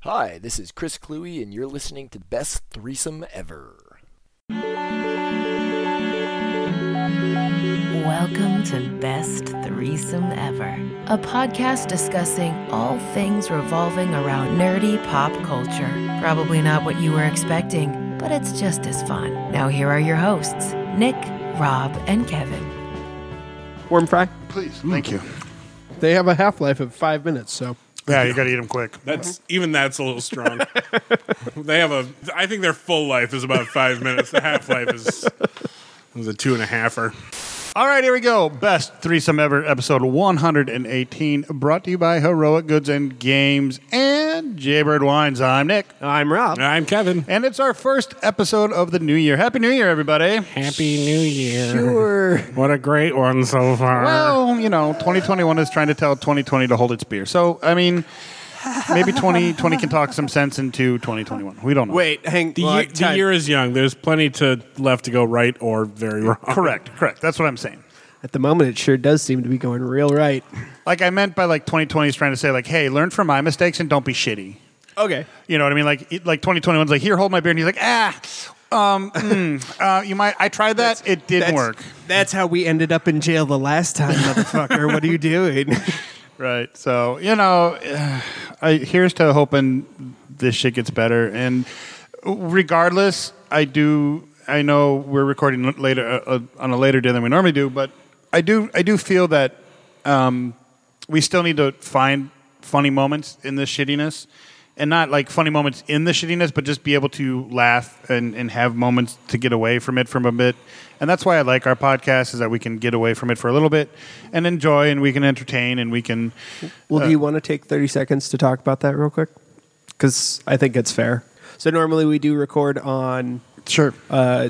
Hi, this is Chris Cluey, and you're listening to Best Threesome Ever. Welcome to Best Threesome Ever, a podcast discussing all things revolving around nerdy pop culture. Probably not what you were expecting, but it's just as fun. Now, here are your hosts Nick, Rob, and Kevin. Worm fry. Please, thank you. They have a half life of five minutes, so Yeah, you got to eat them quick. That's even that's a little strong. they have a. I think their full life is about five minutes. The half life is is a two and a halfer. All right, here we go. Best threesome ever, episode 118, brought to you by Heroic Goods and Games and Jaybird Wines. I'm Nick, I'm Rob. I'm Kevin. and it's our first episode of the new year. Happy New Year, everybody! Happy New Year. Sure. What a great one so far. Well, you know, 2021 is trying to tell 2020 to hold its beer. So, I mean, maybe 2020 can talk some sense into 2021. We don't know. Wait, hang. the, well, year, the time. year is young. There's plenty to left to go right or very wrong. correct, correct. That's what I'm saying. at the moment, it sure does seem to be going real right. Like I meant by like 2020 is trying to say like, hey, learn from my mistakes and don't be shitty. Okay. You know what I mean? Like it- like 2021's like here, hold my beer, and he's like, ah, um, mm, uh, you might. I tried that. it didn't work. That's how we ended up in jail the last time, motherfucker. what are you doing? Right. So you know, I, here's to hoping this shit gets better. And regardless, I do. I know we're recording later uh, uh, on a later day than we normally do, but I do. I do feel that um, we still need to find funny moments in this shittiness. And not like funny moments in the shittiness, but just be able to laugh and, and have moments to get away from it from a bit. And that's why I like our podcast is that we can get away from it for a little bit and enjoy and we can entertain and we can Well, do you want to take 30 seconds to talk about that real quick? Because I think it's fair. So normally we do record on Sure. uh,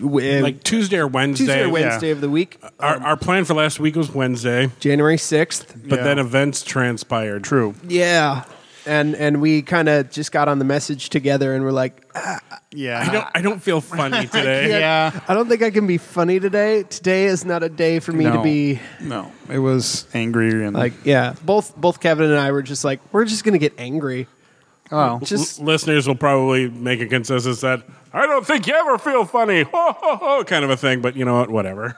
w- Like Tuesday or Wednesday. Tuesday or Wednesday of the week, Our, our plan for last week was Wednesday, January 6th. but Yeah. then events transpired. True. Yeah. And and we kind of just got on the message together, and we're like, Yeah. I don't. I don't feel funny today. yeah. I don't think I can be funny today. Today is not a day for me to No. be No. It was angry and like, yeah. Both both Kevin and I were just like, we're just gonna get angry. oh. Just L- listeners will probably make a consensus that I don't think you ever feel funny, ho ho ho, kind of a thing. But you know what? Whatever.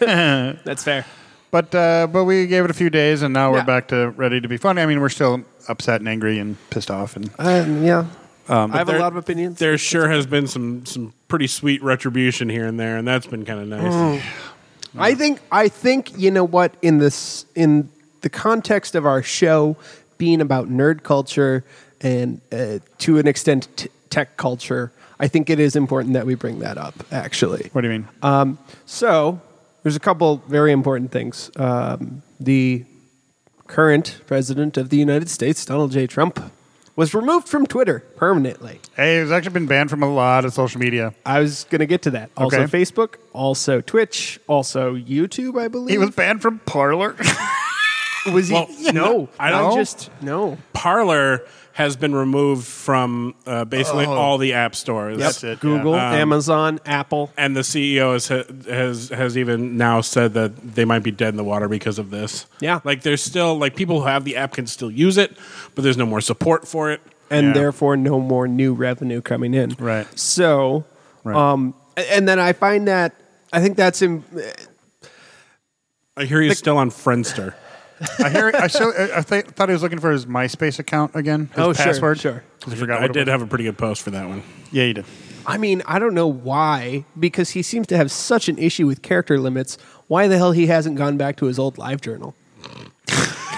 that's fair. But uh, but we gave it a few days and now we're Yeah. back to ready to be funny. I mean, we're still upset and angry and pissed off and Um, yeah, I have a there- lot of opinions. there sure has been some some pretty sweet retribution here and there, and that's been kind of nice. I think I think you know what in this in the context of our show being about nerd culture and uh, to an extent t- tech culture, I think it is important that we bring that up. Actually, what do you mean? So there's a couple very important things. Um, the current president of the United States, Donald J. Trump, was removed from Twitter permanently. hey, it's actually been banned from a lot of social media. I was going to get to that. Also Okay. Facebook, also Twitch, also YouTube. I believe He was banned from Parlor. Was he? Well, no, I don't- I just no. Parlor has been removed from uh, basically all the app stores. That's it. Google, yeah. Um, Amazon, Apple. And the CEO has, has has even now said that they might be dead in the water because of this. Yeah. like there's still like people who have the app can still use it, but there's no more support for it. and Yeah. therefore no more new revenue coming in. Right. So, Right. um, a- and then I find that I think that's in, I hear he's still on Friendster. I hear. I, still, I, I th- thought he was looking for his MySpace account again. His Oh, sure, password. sure. 'Cause I forgot. I what it did was. have a pretty good post for that one. Yeah, you did. I mean, I don't know why, because he seems to have such an issue with character limits. Why the hell he hasn't gone back to his old live journal?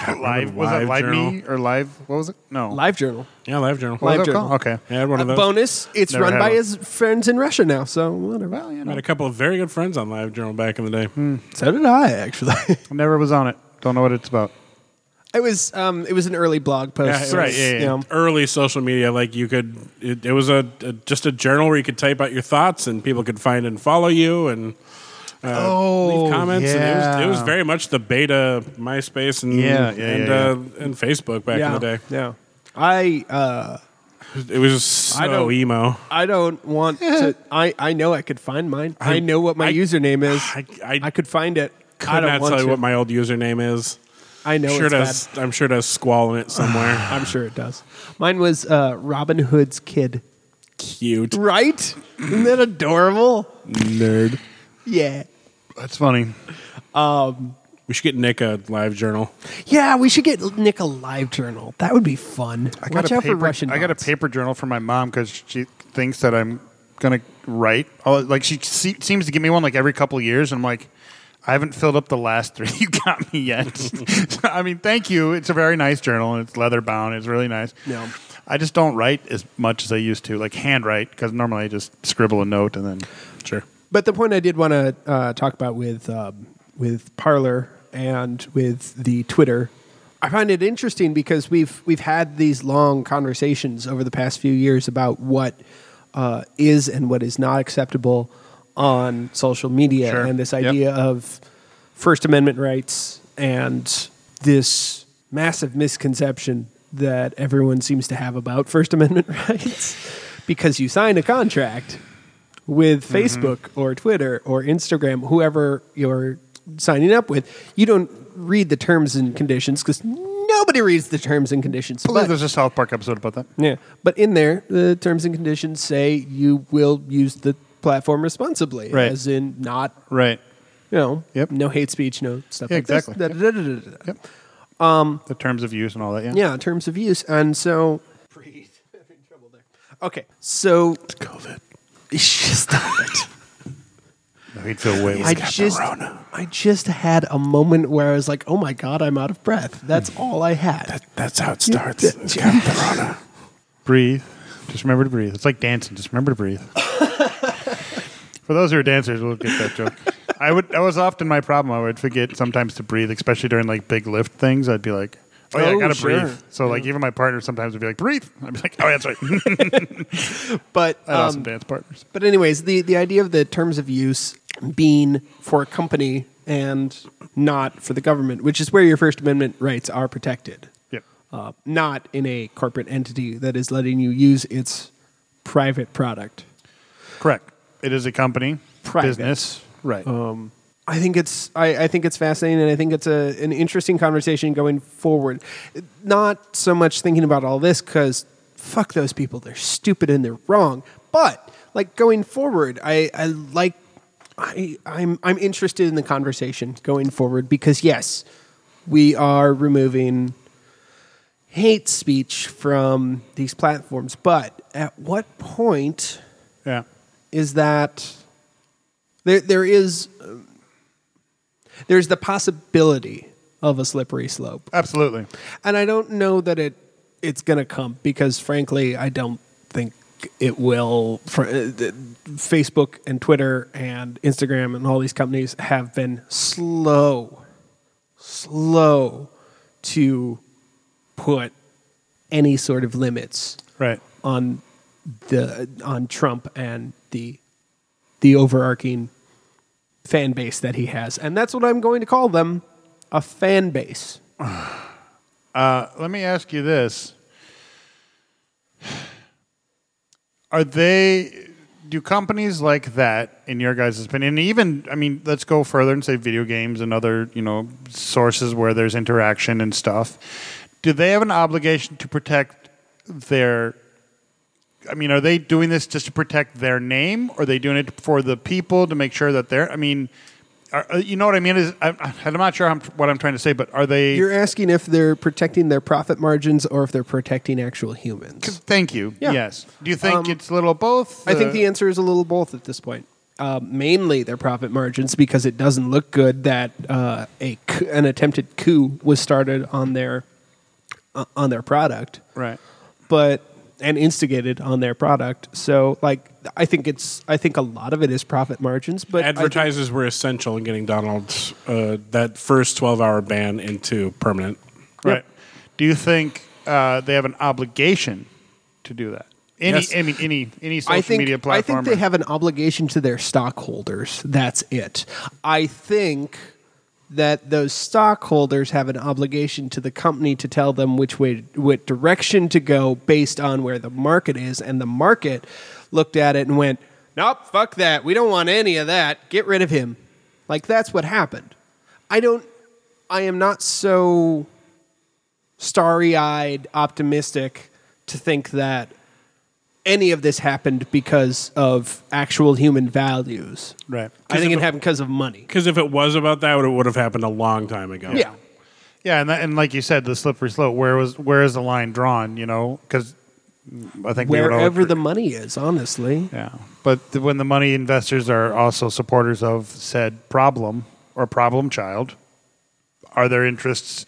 Live was that Live live Journal. me or live? What was it? No. Live journal. Yeah, Live Journal. What Live was it Journal. called? Okay. Yeah, I had one of Uh, those. bonus, it's Never run had by one. his friends in Russia now, so whatever. Well, you I know, had a couple of very good friends on Live Journal back in the day. So did I, actually. never was on it. Don't know what it's about. it was um, it was an early blog post. Yeah, so right, it's, yeah, yeah. you know, Early social media, like you could, it, it was a, a just a journal where you could type out your thoughts and people could find and follow you and uh, Oh, leave comments. And it, was, it was yeah. very much the beta MySpace and Yeah, yeah, and, yeah, yeah. Uh, and Facebook back yeah, in the day. yeah. I uh, It was just so I don't- emo. I don't want to. I, I know I could find mine. I, I- know what my I- username is. I, I, I, could find it. could I don't not want tell to. you what my old username is. I know I'm sure it it's bad. has, I'm sure it has squall in it somewhere. I'm sure it does. Mine was uh, Robin Hood's kid. Cute Right? Isn't that adorable? nerd. Yeah. That's funny. We should get Nick a live journal. Yeah, we should get Nick a live journal. That would be fun. I got Watch a out paper, for Russian. I got a bots. paper journal from my mom because she thinks that I'm gonna write. Oh, like she se- seems to give me one like every couple of years, and I'm like, I haven't filled up the last three you got me yet. So, I mean, thank you. It's a very nice journal. and It's leather bound. It's really nice. Yeah. I just don't write as much as I used to, like handwrite, because normally I just scribble a note and then. Sure. But the point I did want to uh, talk about with um, with Parlor and with the Twitter, I find it interesting because we've we've had these long conversations over the past few years about what uh, is and what is not acceptable on social media, Sure. and this Yep. idea of First Amendment rights and this massive misconception that everyone seems to have about First Amendment rights because you sign a contract with Mm-hmm. Facebook or Twitter or Instagram, whoever you're signing up with, you don't read the terms and conditions because nobody reads the terms and conditions. I believe But- there's a South Park episode about that. yeah, but in there, the terms and conditions say you will use the platform responsibly, Right. as in not Right. you know, Yep. no hate speech, no stuff Yeah, like this. exactly. Da- da- da- da- da- da. The terms of use and all that. Yeah. Yeah, terms of use. And so. Breathe. Having trouble there. Okay, so. COVID. Stop it. We'd feel way. I just, I just had a moment where I was like, "Oh my god, I'm out of breath." That's all I had. Hmm. That's how it starts. breathe. Just remember to breathe. It's like dancing. Just remember to breathe. For those who are dancers, will get that joke. I would. That was often my problem. I would forget sometimes to breathe, especially during like big lift things. I'd be like, "Oh yeah, Oh, I gotta sure. breathe." So like even my partner sometimes would be like, "Breathe." I'd be like, "Oh yeah, that's right." I but had um, awesome dance partners. But anyways, the the idea of the terms of use being for a company and not for the government, which is where your First Amendment rights are protected, Yep. uh, not in a corporate entity that is letting you use its private product. Correct. It is a company Private. business. Um, Right. I think it's I, I think it's fascinating, and I think it's a an interesting conversation going forward. Not so much thinking about all this because fuck those people, they're stupid and they're wrong. But like going forward, I I like I I'm I'm interested in the conversation going forward because yes, we are removing hate speech from these platforms, but at what point? yeah. is that there there is um, there's the possibility of a slippery slope, Absolutely. and I don't know that it it's going to come because frankly, I don't think it will. For, uh, th- Facebook and Twitter and Instagram and all these companies have been slow, slow to put any sort of limits Right. on the on Trump and the the overarching fan base that he has, and that's what I'm going to call them a fan base. Uh, let me ask you this: Are they? Do companies like that, in your guys' opinion, and even I mean, let's go further and say video games and other you know sources where there's interaction and stuff. Do they have an obligation to protect their? I mean, are they doing this just to protect their name? Or are they doing it for the people to make sure that they're? I mean, are, uh, you know what I mean? Is I, I- I'm not sure I'm, what I'm trying to say, but are they? You're asking if they're protecting their profit margins or if they're protecting actual humans. Thank you. Yeah. Yes. Do you think Um, it's a little both? I think Uh, the answer is a little both at this point. Uh, mainly their profit margins because it doesn't look good that uh, a c- an attempted coup was started on their uh, on their product. right. but and instigated on their product. So like I think it's I think a lot of it is profit margins, but I- Advertisers were essential in getting Donald's uh, that first 12 hour ban into permanent. Right. Do you think uh, they have an obligation to do that? Any, Yes. I mean, any, any social I think media I think platform. they or- have an obligation to their stockholders. That's it. I think that those stockholders have an obligation to the company to tell them which way what direction to go based on where the market is and the market looked at it and went, "Nope, fuck that. We don't want any of that. Get rid of him." Like that's what happened. I don't I am not so starry-eyed optimistic to think that any of this happened because of actual human values. Right. I think it happened because of money. Because if it was about that, it would have happened a long time ago. Yeah. Yeah, and that, and like you said, the slippery slope. Where was where is the line drawn? You know, because I think we would all Wherever agree- the money is, honestly. yeah. But the, when the money investors are also supporters of said problem or problem child, are their interests?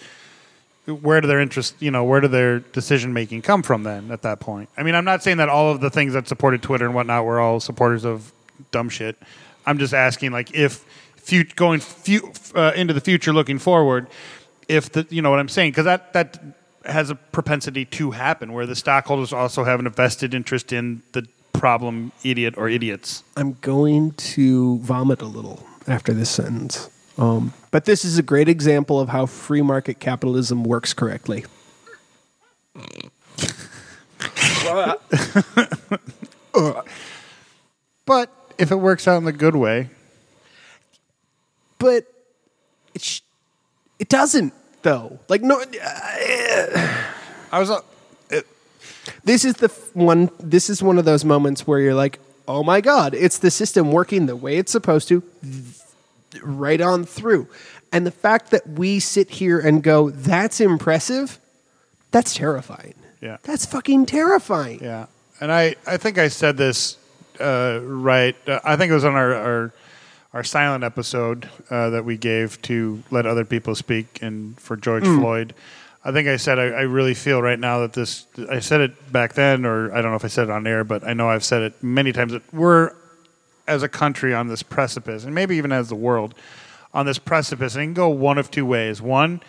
Where do their interests? You know, where do their decision making come from? Then at that point, I mean, I'm not saying that all of the things that supported Twitter and whatnot were all supporters of dumb shit. I'm just asking, like, if fut- going fu- uh, into the future, looking forward, if the you know what I'm saying, because that that has a propensity to happen, where the stockholders also have an vested interest in the problem idiot or idiots. I'm going to vomit a little after this sentence. Um, but this is a great example of how free market capitalism works correctly. But if it works out in the good way, But it, sh- it doesn't, though. Like, no, uh, I was. Uh, this is the f- one this is one of those moments where you're like oh my god it's the system working the way it's supposed to th- right on through and the fact that we sit here and go that's impressive that's terrifying Yeah. that's fucking terrifying Yeah, and I, I think I said this uh, right. Uh, I think it was on our our, our silent episode uh, that we gave to let other people speak and for George Floyd. I think I said I, I really feel right now that this. I said it back then, or I don't know if I said it on air, but I know I've said it many times. That we're as a country on this precipice, and maybe even as the world on this precipice, and it can go one of two ways. One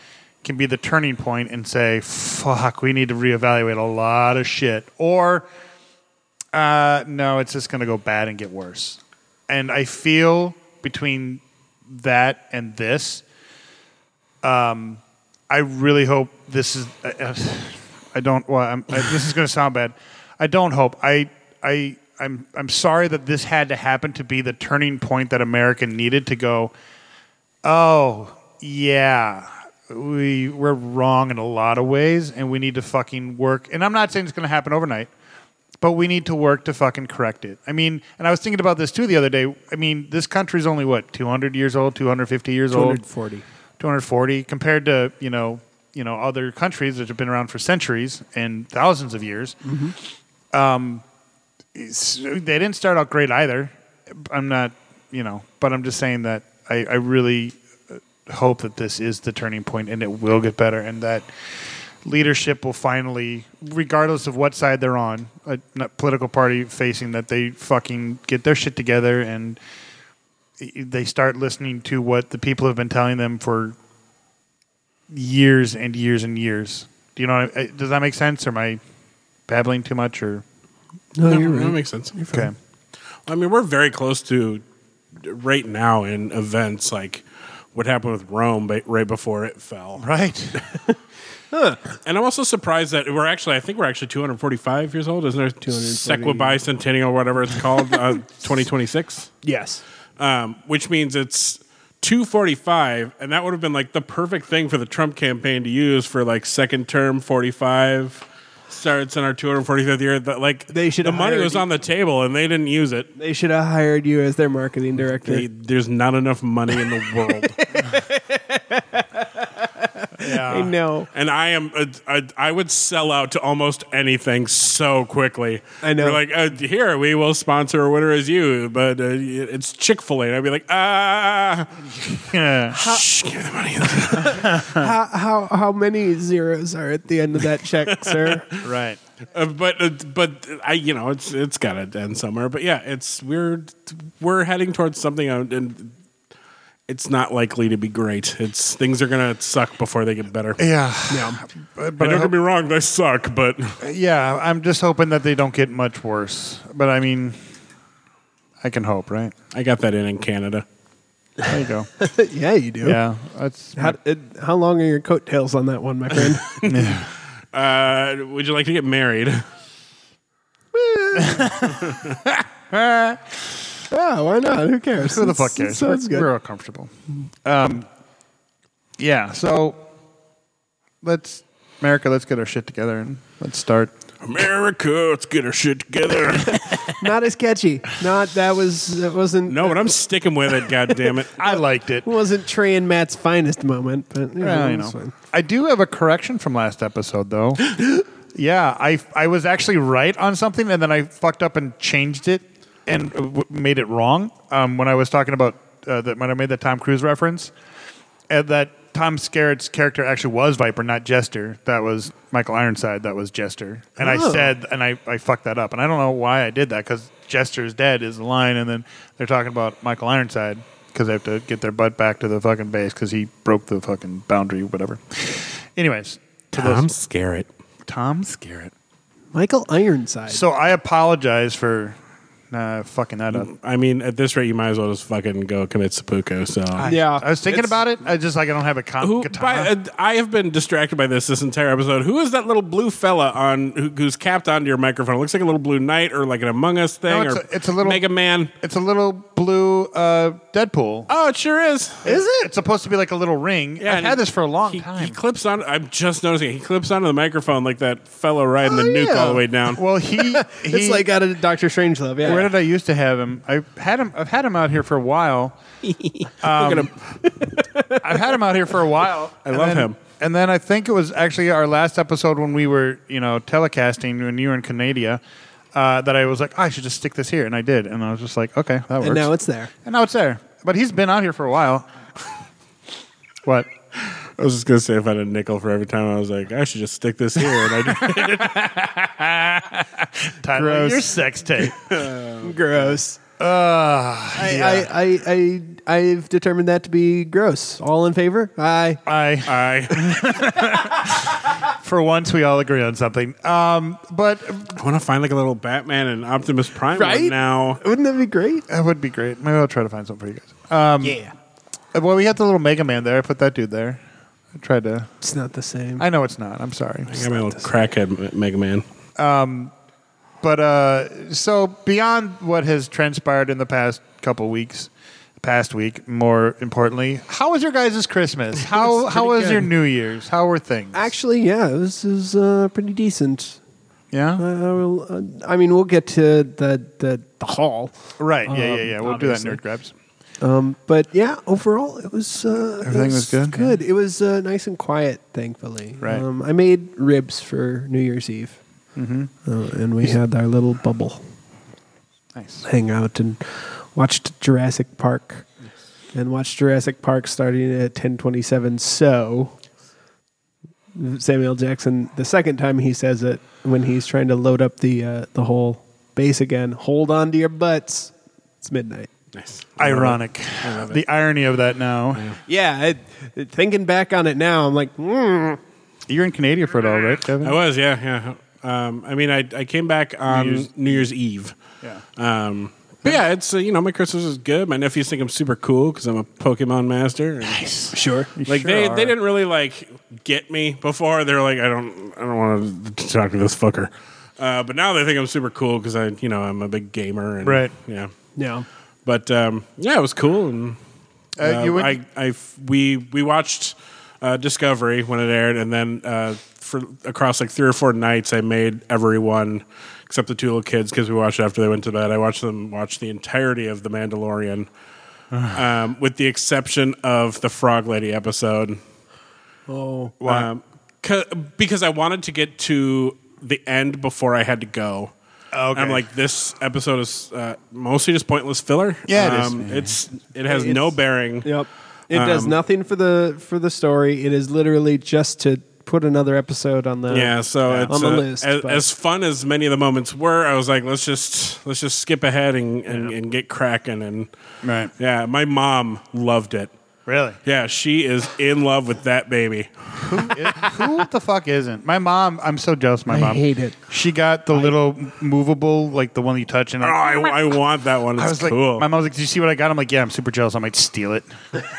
can be the turning point and say, "Fuck, we need to reevaluate a lot of shit," or uh, no, it's just going to go bad and get worse. And I feel between that and this, um, I really hope this is. I, I don't. Well, I'm, I, this is going to sound bad. I don't hope. I. I. I'm. I'm sorry that this had to happen to be the turning point that America needed to go. Oh yeah, we we're wrong in a lot of ways, and we need to fucking work. And I'm not saying it's going to happen overnight but we need to work to fucking correct it. I mean, and I was thinking about this too the other day. I mean, this country's only what 200 years old, 250 years old, 240 240 compared to you know you know other countries that have been around for centuries and thousands of years. Um, it's- they didn't start out great either. I'm not you know, but I'm just saying that I, I really uh, hope that this is the turning point and it will get better and that leadership will finally, regardless of what side they're on, a n- political party facing, that they fucking get their shit together and i- they start listening to what the people have been telling them for years and years and years. Do you know? What I, uh, does that make sense? Or am I babbling too much? Or no No, you're That right makes sense. okay, I mean, we're very close to right now in events like what happened with Rome ba- right before it fell. right? And I'm also surprised that we're actually, I think we're actually 245 years old. Isn't there 240? Sequibicentennial, or whatever it's called, uh, 2026? yes um, which means it's 245 and that would have been like the perfect thing for the trump campaign to use for like second term 45 starts in our 245th year that like They should the have money hired was you. on the table and they didn't use it they should have hired you as their marketing director They- there's not enough money in the world i know and i am uh, I, I would sell out to almost anything so quickly I know. They're like uh, here we will sponsor a winner as you but uh, it's chick-fil-a and i'd be like ah Yeah. Uh, shh, give me the money how, how, how many zeros are at the end of that check sir right. Uh, but uh, but I you know it's it's got to end somewhere. But yeah, it's we're we're heading towards something, uh, and it's not likely to be great. It's things are gonna suck before they get better. Yeah. Yeah. But, but and I don't hope- get me wrong, they suck. But yeah, I'm just hoping that they don't get much worse. But I mean, I can hope, right? I got that in in Canada. There you go. yeah you do yeah, that's How, uh, how long are your coattails on that one, my friend? Uh, would you like to get married? yeah, why not? Who cares? who the fuck It's- cares? Sounds We're good. all comfortable. Um, yeah, so let's America, let's get our shit together and let's start. America, let's get our shit together. Not as catchy. Not that was that wasn't no, but I'm sticking with it. God damn it! I liked it. wasn't Trey and Matt's finest moment, but you know, Yeah, I it was know. fine. I do have a correction from last episode, though. yeah, I I was actually right on something, and then I fucked up and changed it and w- made it wrong. Um, when I was talking about uh, that, when I made that Tom Cruise reference, and that Tom Skerritt's character actually was Viper, not Jester. That was Michael Ironside. That was Jester, and I Oh. said, and I I fucked that up, and I don't know why I did that because Jester's dead is the line, and then they're talking about Michael Ironside. Because they have to get their butt back to the fucking base because he broke the fucking boundary, whatever. Anyways, to Tom those- Skerritt. Tom Skerritt. Michael Ironside. So I apologize for uh, fucking that up. I mean, at this rate, you might as well just fucking go commit seppuku. So. I- Yeah. I was thinking It's- about it. I just like I don't have a con- who, guitar. by, uh, I have been distracted by this this entire episode. Who is that little blue fella on who, who's capped onto your microphone? It looks like a little blue knight or like an Among Us thing No, it's or a- it's a little- Mega Man. it's a little blue uh, Deadpool. Oh, it sure is. Is it? It's supposed to be like a little ring. Yeah, I've and had this for a long he, time. He clips on. I'm just noticing. it. He clips onto the microphone like that fellow riding the nuke all the way down. Oh, Well, he, he it's like out of Doctor Strangelove. Yeah. where did I used to have him? I had him. I've had him out here for a while. Look at um, him. I've had him out here for a while. I And love then- him. And then I think it was actually our last episode when we were, you know, telecasting when you were in Canada, uh, that I was like, "Oh, I should just stick this here, and I did, and I was just like, okay, that works. and now it's there. and now it's there. But he's been out here for a while. what? I was just gonna say if I had a nickel for every time I was like, I should just stick this here. And I did. Tyler, Gross. your sex tape. Gross. Uh, I, I, I, I, I've determined that to be gross. All in favor? Aye. I I, for once we all agree on something. Um, but I want to find like a little Batman and Optimus Prime one Right? now. Wouldn't that be great? that would be great. Maybe I'll try to find something for you guys. Um, Yeah. Well, we had the little Mega Man there. I put that dude there. I tried to. It's not the same. I know it's not. I'm sorry. I got my little crackhead Mega Man. But uh, so beyond what has transpired in the past couple weeks, past week, more importantly, how was your guys' Christmas? How how was your New Year's? How were things? Actually, yeah, this is uh, pretty decent. I, yeah, I will, uh, I mean, we'll get to the, the, the hall. right. Yeah, yeah, Um, yeah. We'll do obviously. that. in Nerd grabs. Um, but yeah, overall, it was uh, it Everything was good? Good. It was uh, nice and quiet, thankfully. Right. Um, I made ribs for New Year's Eve, mm-hmm. uh, and we had our little bubble Nice. hang out and watched Jurassic Park, and watched Jurassic Park starting at ten twenty seven. So Samuel Jackson, the second time he says it when he's trying to load up the uh, the whole base again, hold on to your butts. It's midnight. Nice. Ironic. The irony of that. Now Yeah, it, it- thinking back on it now, I'm like, mm. you're in Canada for it all, right, Kevin? I was, yeah, yeah. Um, I mean, I, I came back on New Year's- Year's, Eve. Yeah. Um, but yeah, it's uh, you know my Christmas is good. My nephews think I'm super cool because I'm a Pokemon master. Nice. sure. Like sure they, are. they didn't really like get me before. They're like I don't I don't want to talk to this fucker. Uh, but now they think I'm super cool because I you know I'm a big gamer and Right. yeah. No. But um, yeah, it was cool and Uh, uh, you went- I, I f- we we watched uh, Discovery when it aired, and then uh, for across like three or four nights, I made everyone except the two little kids because we watched it after they went to bed. I watched them watch the entirety of The Mandalorian, um, with the exception of the Frog Lady episode. Oh, Um, 'ca- because I wanted to get to the end before I had to go. Oh, okay. I'm like, this episode is uh, mostly just pointless filler. Um, Yeah, it is, man. It's it has no bearing. yep. It does nothing for the for the story. It is literally just to put another episode on the Yeah, so it's on the uh, list. As, but- as fun as many of the moments were, I was like, let's just let's just skip ahead and and, and get cracking. And Right. yeah, my mom loved it. Really? Yeah, she is in love with that baby. Who the fuck isn't? My mom. I'm so jealous. of My I mom. hate it. She got the little movable, like the one you touch, and Oh, I, I want that one. It's Ah, I was like, cool. my mom's like, "Did you see what I got?" I'm like, "Yeah, I'm super jealous. I might steal it."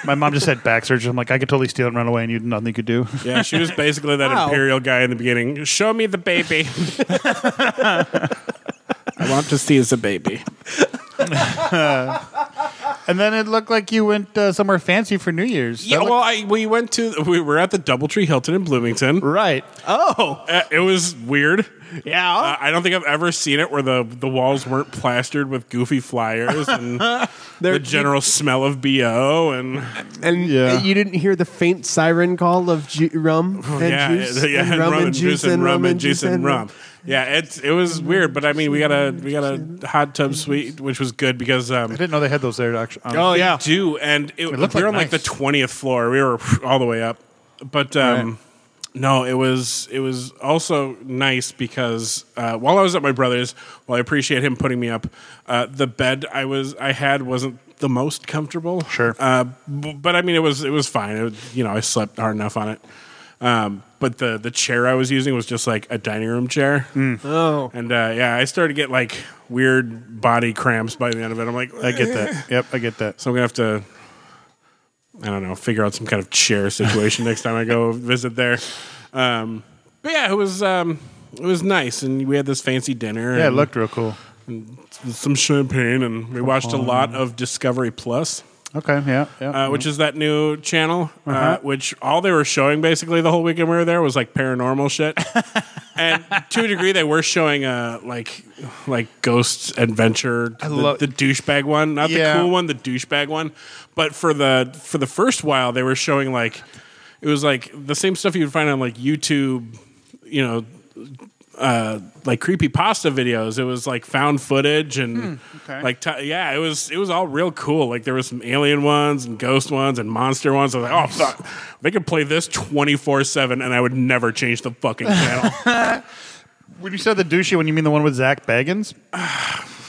my mom just had back surgery. I'm like, "I could totally steal it and run away, and you nothing you could do." yeah, she was basically that Wow. imperial guy in the beginning. Show me the baby. I want to see the baby. And then it looked like you went uh, somewhere fancy for New Year's. Yeah, That well, I, we went to we were at the DoubleTree Hilton in Bloomington. looked- right. Oh, Uh, it was weird. yeah. Uh, I don't think I've ever seen it where the, the walls weren't plastered with goofy flyers and the general smell of bo and And Yeah. you didn't hear the faint siren call of ju- rum and yeah, juice, it- yeah, and rum, and juice, and rum and juice and rum. Yeah, it's it was weird, but I mean we got a we got a hot tub suite, which was good because um, I didn't know they had those there. Actually, um, They do. And it, looked we were like on like the nice. twentieth floor. We were all the way up, but um, no, it was it was also nice because uh, while I was at my brother's, while I appreciate him putting me up, uh, the bed I was I had wasn't the most comfortable. Sure. uh, b- but I mean it was it was fine. It, you know, I slept hard enough on it. Um, but the the chair I was using was just like a dining room chair. Mm. Oh, And uh, yeah, I started to get like weird body cramps by the end of it. I'm like, I get that. Yep, I get that. so I'm gonna have to, I don't know, figure out some kind of chair situation next time I go visit there. Um, but yeah, it was um, it was nice, and we had this fancy dinner. Yeah, it and looked real cool. some champagne, and we watched a lot of Discovery Plus, Okay, yeah, yeah. uh, which is that new channel, uh Uh-huh. which all they were showing basically the whole weekend we were there was like paranormal shit. And to a degree, they were showing uh like like ghost adventure, the, love- the douchebag one, not Yeah. the cool one, the douchebag one. But for the for the first while, they were showing like it was like the same stuff you would find on like YouTube, you know, uh, like creepy pasta videos. It was like found footage and okay. like t- yeah, it was it was all real cool. Like there was some alien ones and ghost ones and monster ones. I was like, oh fuck, they could play this twenty four seven, and I would never change the fucking channel. when you said the douchey one, you mean the one with Zach Baggins?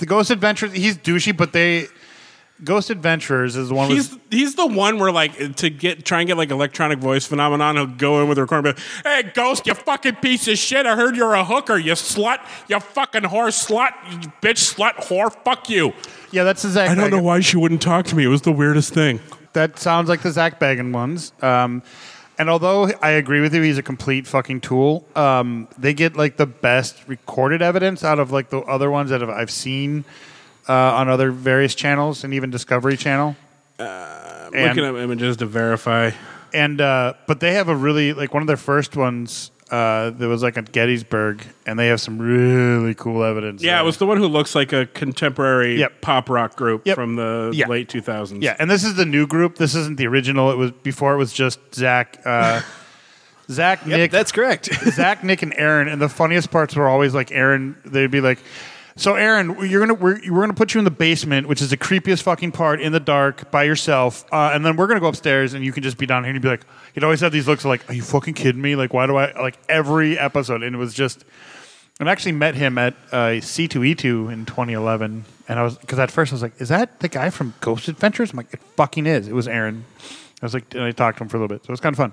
the Ghost Adventures. He's douchey, but they Ghost Adventures is the one. He's with, he's the one where like to get try and get like electronic voice phenomenon. He'll go in with a recording, and be like, "Hey, ghost, you fucking piece of shit! I heard you're a hooker, you slut, you fucking whore, slut, you bitch, slut, whore, fuck you." yeah, that's the Zach. I don't know Baggins- why she wouldn't talk to me. It was the weirdest thing. That sounds like the Zach Bagan ones. Um, and although I agree with you, he's a complete fucking tool. Um, they get like the best recorded evidence out of like the other ones that have, I've seen uh, on other various channels and even Discovery Channel. I'm And- Uh, looking up images to verify. And uh, but they have a really like one of their first ones. Uh, that was like at Gettysburg, and they have some really cool evidence. Yeah, there. it was the one who looks like a contemporary Yep. pop rock group Yep. from the Yeah. late 2000s. Yeah, and this is the new group. This isn't the original. It was before. It was just Zach, uh, Zach, Nick. that's correct. Zach, Nick, and Aaron. And the funniest parts were always like Aaron. They'd be like, "So Aaron, you're gonna we're, we're gonna put you in the basement, which is the creepiest fucking part, in the dark by yourself, uh, and then we're gonna go upstairs, and you can just be down here." And he'd be like, he'd always have these looks of like, "Are you fucking kidding me? Like, why do I like every episode?" And it was just. And I actually met him at uh, C2E2 in 2011. And I was, because at first I was like, is that the guy from Ghost Adventures? I'm like, it fucking is. It was Aaron. I was like, and I talked to him for a little bit. So it was kind of fun.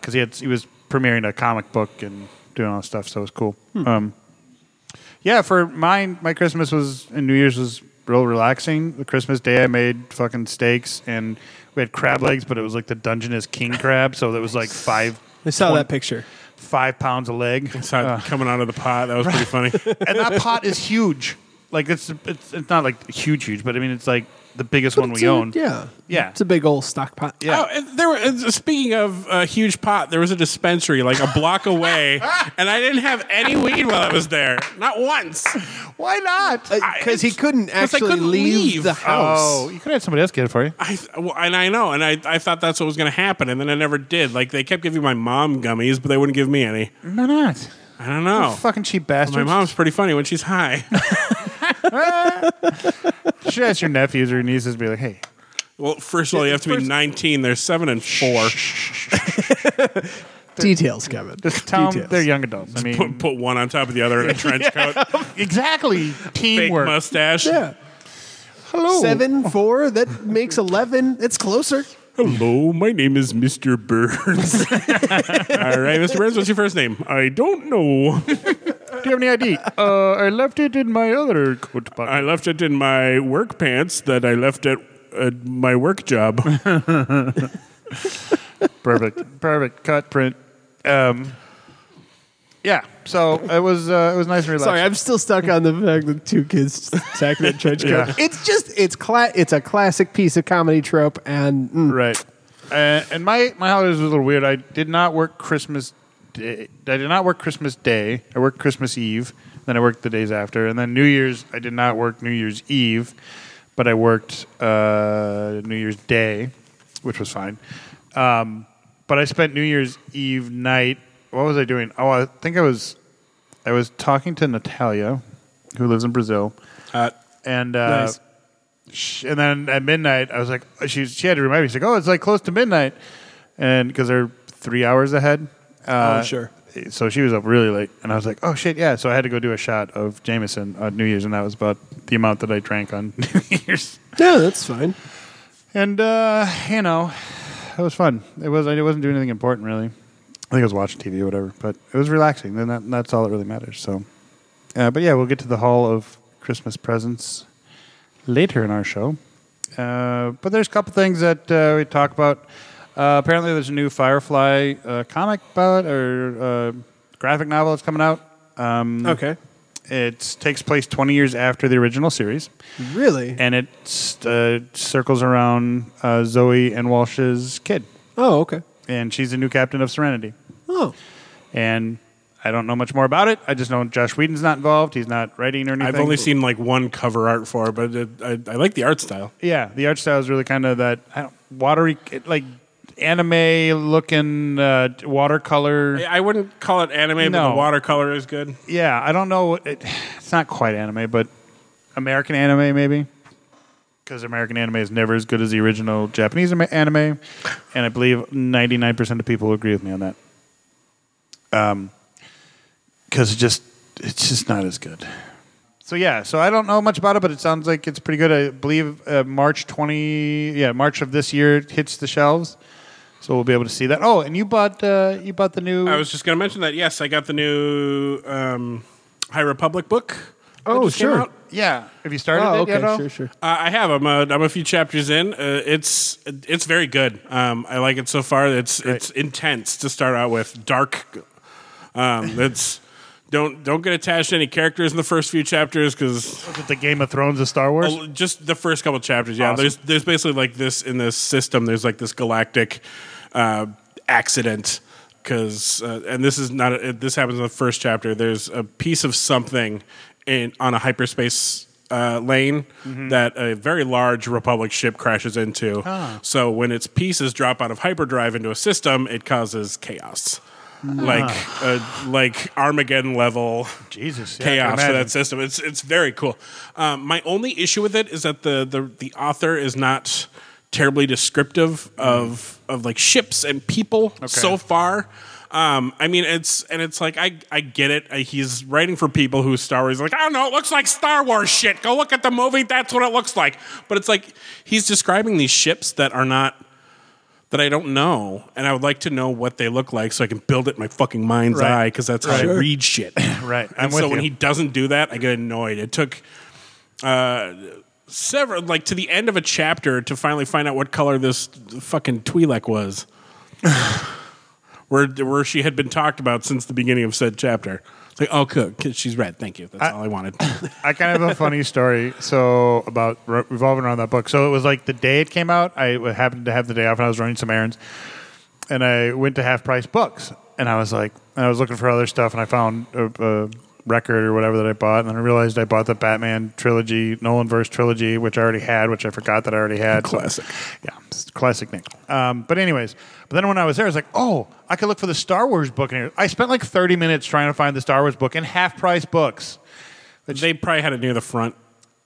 Because he had he was premiering a comic book and doing all that stuff. So it was cool. Um, yeah, for mine, my Christmas was, and New Year's was real relaxing. The Christmas day, I made fucking steaks and we had crab legs, but it was like the Dungeon is King crab. So that was like five. I saw that picture. Five pounds a leg Uh, So coming out of the pot, that was pretty funny. and that pot is huge. Like it's it's, it's not like huge, huge, but I mean it's like the biggest one It's we a- own. Yeah, Yeah. It's a big old stock pot. Yeah. Oh, and there were, and speaking of uh, huge pot, there was a dispensary like a block away, and I didn't have any weed while I was there. Not once. Why not? Because Uh, he couldn't 'Cause I actually couldn't leave, leave. the house. Uh, Oh, you could have had somebody else get it for you. I well, and I know, and I, I thought that's what was going to happen, and then I never did. Like they kept giving my mom gummies, but they wouldn't give me any. No, not. Oh. I don't know. Fucking cheap my bastards. mom's pretty funny when she's high. Should ask your nephews or your nieces. Be like, hey, well, first of all, you have to be 19. They're seven and four. Details, Kevin. just tell them Details. they're young adults. I Put, mean, put one on top of the other in a trench coat, exactly. fake Teamwork. mustache. Yeah. Hello. Seven, four, that makes 11. It's closer. Hello, my name is Mr. Burns. all right, Mr. Burns, what's your first name? I don't know. Do you have any ID? uh, I left it in my other coat pocket. I left it in my work pants that I left at, at my work job. Perfect. Perfect. Cut print. Um, yeah. So it was uh, it was nice and relaxing. Sorry, I'm still stuck on the fact that two kids attack that trench coat. Yeah. It's just it's cla- it's a classic piece of comedy trope, and mm, Right. Uh, and my, my holidays was a little weird. I did not work Christmas day. I did not work Christmas Day. I worked Christmas Eve. Then I worked the days after. And then New Year's, I did not work New Year's Eve, but I worked uh, New Year's Day, which was fine. Um, but I spent New Year's Eve night. What was I doing? Oh, I think I was I was talking to Natalia, who lives in Brazil Hot. and uh, Nice. sh- and then at midnight, I was like, she she had to remind me. She's like, oh, it's like close to midnight, and because they're three hours ahead. Uh, Oh, sure. So she was up really late, and I was like, oh shit, yeah. So I had to go do a shot of Jameson on New Year's, and that was about the amount that I drank on New Year's. no, that's fine. And uh, you know, it was fun. It was I wasn't doing anything important really. I think I was watching TV or whatever, but it was relaxing. And that, that's all that really matters. So, uh, but yeah, we'll get to the haul of Christmas presents later in our show. Uh, but there's a couple things that uh, we talk about. Uh, apparently, there's a new Firefly uh, comic about or uh, graphic novel that's coming out. Um, Okay. It takes place 20 years after the original series Really? and it uh, circles around uh, Zoe and Walsh's kid, Oh, okay. and she's the new captain of Serenity. Oh, And I don't know much more about it. I just know Josh Whedon's not involved. He's not writing or anything. I've only seen like one cover art for, it, but it, I, I like the art style. Yeah, the art style is really kind of that I don't, watery, like anime looking uh, watercolor. I, I wouldn't call it anime, but No. the watercolor is good. Yeah, I don't know. It, it's not quite anime, but American anime maybe. Because American anime is never as good as the original Japanese ama- anime, and I believe ninety nine percent of people agree with me on that. Um, because it just it's just not as good. So yeah, so I don't know much about it, but it sounds like it's pretty good. I believe uh, March twenty, yeah, March of this year it hits the shelves, so we'll be able to see that. Oh, and you bought uh, you bought the new. I was just going to mention that. Yes, I got the new um, High Republic book. that Oh, just came sure. out. yeah. Have you started oh, it yet okay, at all? sure, sure. Uh, I have. I'm a, I'm a few chapters in. Uh, it's it's very good. Um, I like it so far. It's it's intense to start out with. Dark. Um, it's don't don't get attached to any characters in the first few chapters because With the Game of Thrones of Star Wars. Oh, just the first couple chapters. Yeah, there's there's basically like this in this system. There's like this galactic uh, accident because, uh, and this is not a, this happens in the first chapter. There's a piece of something in on a hyperspace. Uh, lane that a very large Republic ship crashes into. So when its pieces drop out of hyperdrive into a system, it causes chaos, like uh, like Armageddon level Jesus, yeah, I can chaos for imagine. that system. It's it's very cool. Um, my only issue with it is that the the, the author is not terribly descriptive of of like ships and people so far. Um, I mean, it's and it's like I I get it. Uh, He's writing for people who Star Wars like I don't know. It looks like Star Wars shit. Go look at the movie. That's what it looks like. But it's like he's describing these ships that are not that I don't know, and I would like to know what they look like so I can build it in my fucking mind's Right. eye because that's how I read shit. Right. I'm And so with when you. he doesn't do that, I get annoyed. It took uh, several, like to the end of a chapter to finally find out what color this fucking Twi'lek was, where where she had been talked about since the beginning of said chapter. It's like, oh, good, 'cause she's red. Thank you. That's all I wanted. I kind of have a funny story. So about re- revolving around that book. So it was like the day it came out. I happened to have the day off, and I was running some errands, and I went to Half Price Books, and I was like, and I was looking for other stuff, and I found a, a record or whatever that I bought, and then I realized I bought the Batman trilogy, Nolan verse trilogy, which I already had, which I forgot that I already had. Classic. yeah, it's classic Nick. Um, but anyways, but then when I was there, I was like, oh, I could look for the Star Wars book in here. I spent like thirty minutes trying to find the Star Wars book in Half Price Books. they probably had it near the front.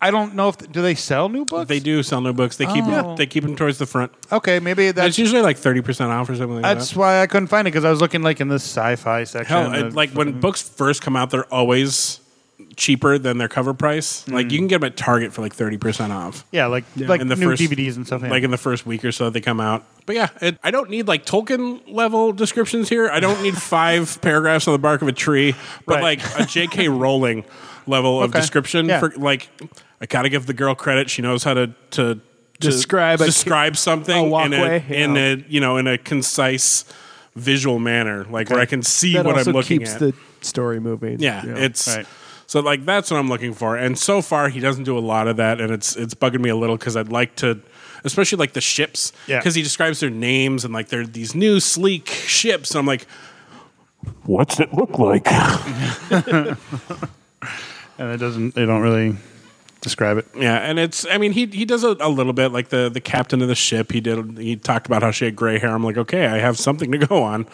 I don't know if do they sell new books. They do sell new books. They keep 'em- Oh. they keep them towards the front. Okay, maybe That's that's usually like thirty percent off or something like that. that's why I couldn't find it because I was looking like in the sci-fi section. Hell, the- it- like when books first come out, they're always cheaper than their cover price. Like you can get them at Target for like thirty percent off. yeah, like like in the new first- DVDs and stuff. yeah. Like in the first week or so that they come out. But yeah, it, I don't need like Tolkien level descriptions here. I don't need five paragraphs on the bark of a tree, but Right. like a J.K. Rowling level of Okay. description. Yeah. For like, I gotta give the girl credit. She knows how to to, to Describe a- describe something a in walkway, a in yeah. a you know in a concise visual manner, like where I can see That what also I'm looking keeps at. the story movie. Yeah, it's right. so like that's what I'm looking for. And so far, he doesn't do a lot of that, and it's it's bugging me a little because I'd like to, especially like the ships, Yeah. because he describes their names and like they're these new sleek ships. I'm like, what's it look like? and it doesn't. They don't really describe it. yeah, and it's I mean he he does a, a little bit like the the captain of the ship. He did he talked about how she had gray hair. I'm like, okay, I have something to go on.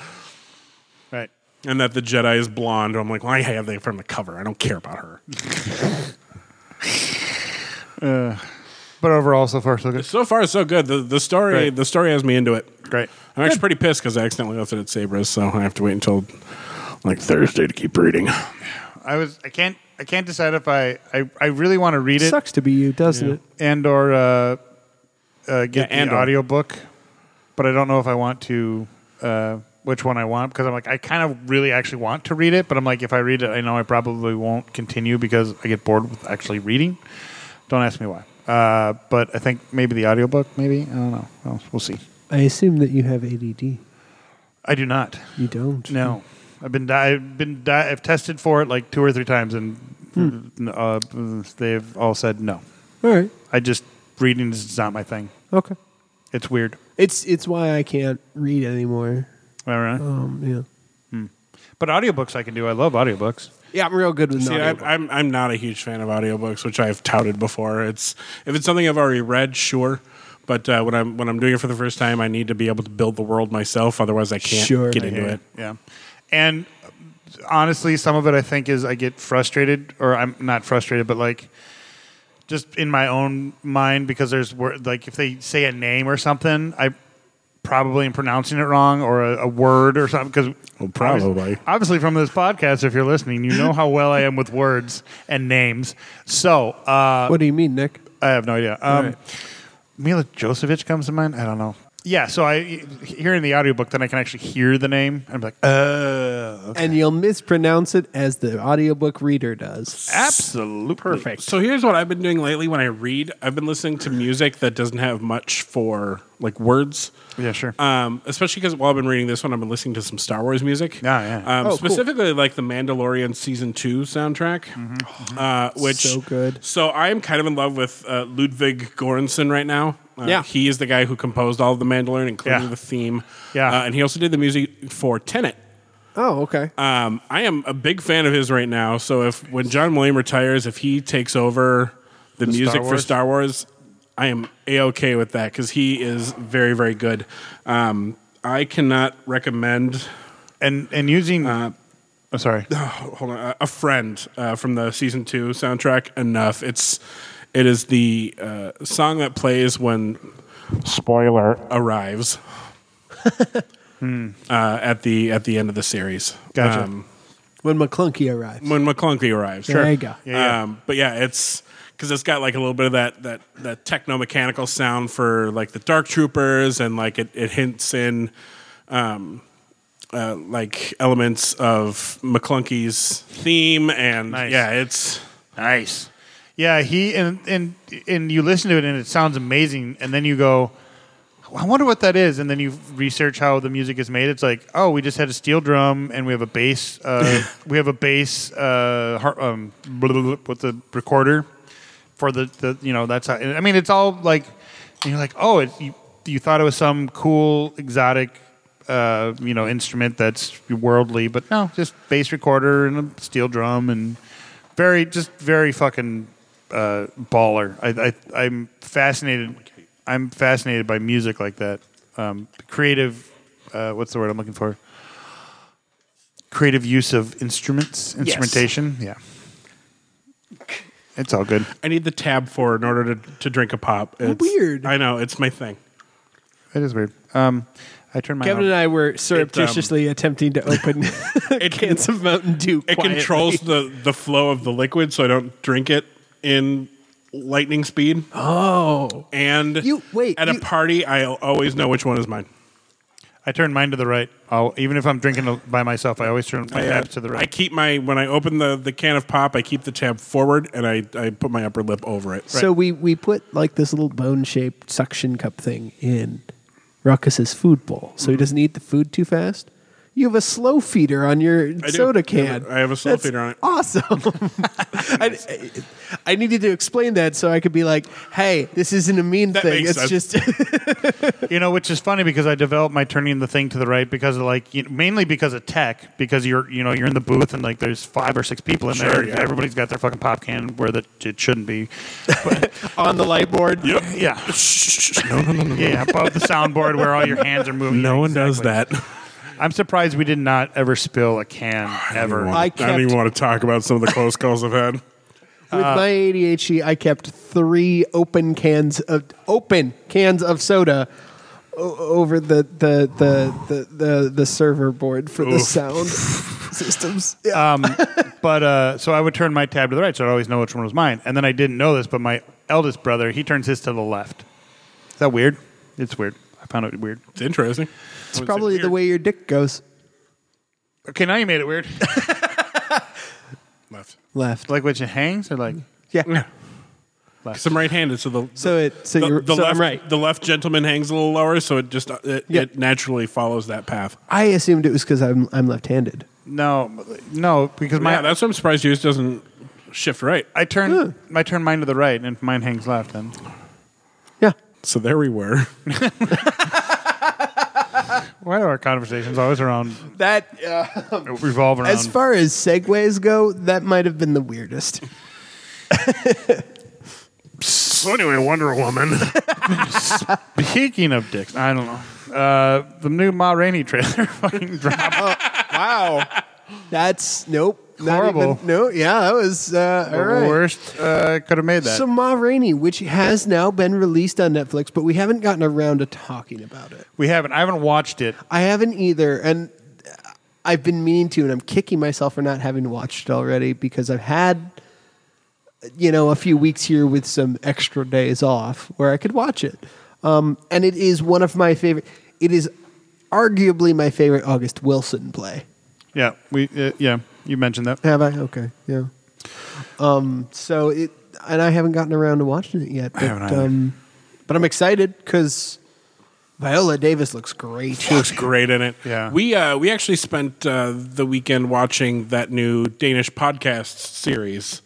Right. And that the Jedi is blonde. I'm like, well, I have that from the cover. I don't care about her. But overall, so far so good. So far, so good. The the story Great. the story has me into it. Great. I'm actually pretty pissed because I accidentally left it at Sabres, so I have to wait until like Thursday to keep reading. I was. I can't. I can't decide if I. I, I really want to read it Sucks to be you, doesn't it? and or uh, uh, get Yeah, and the or. audiobook, but I don't know if I want to. Uh, which one I want because I'm like I kind of really actually want to read it, but I'm like if I read it, I know I probably won't continue because I get bored with actually reading. Don't ask me why. Uh, but I think maybe the audiobook, maybe I don't know. Well, we'll see. I assume that you have ADD. I do not. You don't. No, I've been di- I've been di- I've tested for it like two or three times, and uh, they've all said no. All right. I just reading is not my thing. Okay. It's weird. It's it's why I can't read anymore. All right. Um, yeah. But audiobooks I can do. I love audiobooks. Yeah, I'm real good with See, I, I'm I'm not a huge fan of audiobooks, which I've touted before. It's if it's something I've already read, sure. But uh, when I'm when I'm doing it for the first time, I need to be able to build the world myself. Otherwise, I can't Sure. get I into it. Yeah. And honestly, some of it I think is I get frustrated, or I'm not frustrated, but like just in my own mind because there's wor- like if they say a name or something, I probably am pronouncing it wrong or a, a word or something because Well, probably. obviously from this podcast if you're listening you know how well i am with words and names so uh, what do you mean, Nick? I have no idea. Um, right. Mila Josevich comes to mind. I don't know. Yeah, so I hearing the audiobook, then I can actually hear the name. I'm like, uh, And you'll mispronounce it as the audiobook reader does. absolutely perfect. So here's what I've been doing lately. When I read, I've been listening to music that doesn't have much for like words. Yeah, sure. Um, especially because while I've been reading this one, I've been listening to some Star Wars music. Yeah, yeah. Um, Oh, cool. specifically, like the Mandalorian season two soundtrack, uh, which So good. So I am kind of in love with uh, Ludwig Göransson right now. Uh, Yeah. he is the guy who composed all of the Mandalorian, including Yeah. the theme. Yeah. uh, and he also did the music for Tenet. Oh, okay. Um, I am a big fan of his right now. So if when John William retires, if he takes over the, music for Wars? Star Wars, I am a okay with that because he is very very good. Um, I cannot recommend. and and using, oh, sorry, oh, hold on, a- a friend uh, from the season two soundtrack. Enough. It's it is the uh, song that plays when spoiler arrives uh, at the at the end of the series. Um, Gotcha. when McClunky arrives. when McClunkey arrives. There you go. Yeah, yeah. Um, but yeah, it's because it's got like a little bit of that that that techno mechanical sound for like the Dark Troopers, and like it, it hints in, um, uh, like elements of McClunkey's theme, and Nice. yeah, it's nice. Yeah, he and and and you listen to it and it sounds amazing, and then you go, I wonder what that is, and then you research how the music is made. It's like, oh, we just had a steel drum, and we have a bass. Uh, we have a bass. Uh, har- um, blah, blah, blah, with the recorder for the, the you know that's how. I mean, it's all like, and you're like, oh, it, you you thought it was some cool exotic. Uh, you know, instrument that's worldly, but no, just bass recorder and a steel drum, and very, just very fucking uh, baller. I, I, I'm fascinated. I'm fascinated by music like that. Um, creative, uh, what's the word I'm looking for? Creative use of instruments, instrumentation. Yeah, it's all good. I need the tab for in order to, to drink a pop. It's, Weird. I know it's my thing. It is weird. Um, I turned my. Kevin and I were surreptitiously attempting to open um, It can, cans of Mountain Dew. it quietly. controls the the flow of the liquid, so I don't drink it in lightning speed. Oh, and You- wait, at a you- party i'll always know which one is mine I turned mine to the right. I'll, even if I'm drinking by myself, I always turn my I, uh, tabs to the I right. keep my when i open the the can of pop i keep the tab forward and i i put my upper lip over it so we we put like this little bone shaped Mm-hmm. suction cup thing in Ruckus's food bowl, so he doesn't eat the food too fast. You have a slow feeder on your do. soda I can. have a- I have a slow That's feeder on it. Awesome. I, I needed to explain that so I could be like, "Hey, this isn't a mean That thing. makes It's just You know, which is funny because I developed my turning the thing to the right because of like you mainly because of tech because you're you know you're in the booth and like there's five or six people in there. Sure, yeah. Everybody's got their fucking pop can where that it shouldn't be. on the light board." Yep. Yeah. no, no, no, no. Yeah, above the soundboard where all your hands are moving. No Yeah, one does exactly. that. I'm surprised we did not ever spill a can ever. I, kept- don't even want to talk about some of the close calls I've had. With Uh, my ADHD, I kept three open cans of open cans of soda o- over the the the the, the, the server board for the sound systems. Yeah. But uh, so I would turn my tab to the right, so I'd always know which one was mine. And then I didn't know this, but my eldest brother he turns his to the left. Is that weird? It's weird. I found it weird. It's interesting. it's probably the way your dick goes Okay, now you made it weird. Left. left. like which it hangs or like Yeah. left. Because I'm right-handed, so the So it so the, you're the so left I'm right. the left gentleman hangs a little lower, so it just uh, it, Yeah. it naturally follows that path. I assumed it was because I'm I'm left-handed. no, no, because my yeah, that's what I'm surprised yours doesn't shift right. I turn I turn mine to the right and mine hangs left. Then Yeah. So there we were. why do our conversations always around That uh, revolve Um, around? as far as segues go, that might have been the weirdest. so anyway, Wonder Woman. Speaking of dicks, I don't know. Uh, the new Ma Rainey trailer fucking dropped. Wow. That's nope. not Horrible. even- no, yeah, that was uh, all right. Worst uh, could have made that. So Ma Rainey, which has now been released on Netflix, but we haven't gotten around to talking about it. we haven't. I haven't watched it. I haven't either, and I've been meaning to, and I'm kicking myself for not having watched it already because I've had, you know, a few weeks here with some extra days off where I could watch it. Um, and it is one of my favorite. It is arguably my favorite August Wilson play. Yeah, we. Uh, yeah, you mentioned that. Have I? Okay, yeah. Um, so it, and I haven't gotten around to watching it yet. But, haven't either. um, but I'm excited because Viola Davis looks great. She looks great in it. Yeah. We uh, we actually spent uh, the weekend watching that new Danish podcast series.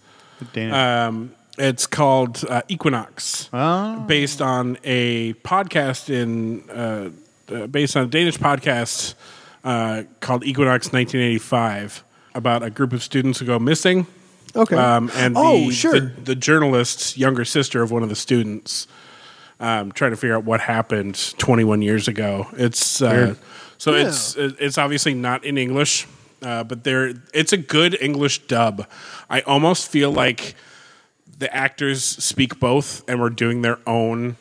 Danish. Um, it's called uh, Equinox, Oh. based on a podcast in uh, uh, based on a Danish podcast uh, called Equinox 1985 about a group of students who go missing. Okay. Um, and Oh, the, sure. the, the journalist's younger sister of one of the students um, trying to figure out what happened 21 years ago. It's uh, so Yeah. it's it's obviously not in English, uh, but there it's a good English dub. I almost feel like the actors speak both and were doing their own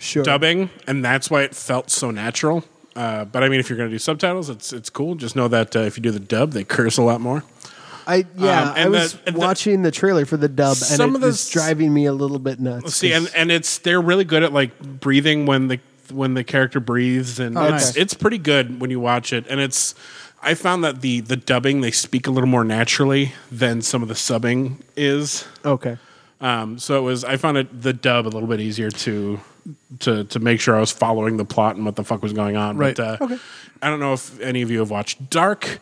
Sure. dubbing, and that's why it felt so natural. Uh, but I mean, if you're going to do subtitles, it's it's cool. Just know that uh, if you do the dub, they curse a lot more. I yeah. Um, I and was the- and the- watching the trailer for the dub, and Some it of the was s- driving me a little bit nuts. See, and, and it's they're really good at like breathing when the when the character breathes, and it's Oh, nice. it's pretty good when you watch it. And it's I found that the the dubbing they speak a little more naturally than some of the subbing is. okay. Um, so it was I found it the dub a little bit easier to to to make sure I was following the plot and what the fuck was going on. Right. But, uh, I don't know if any of you have watched Dark.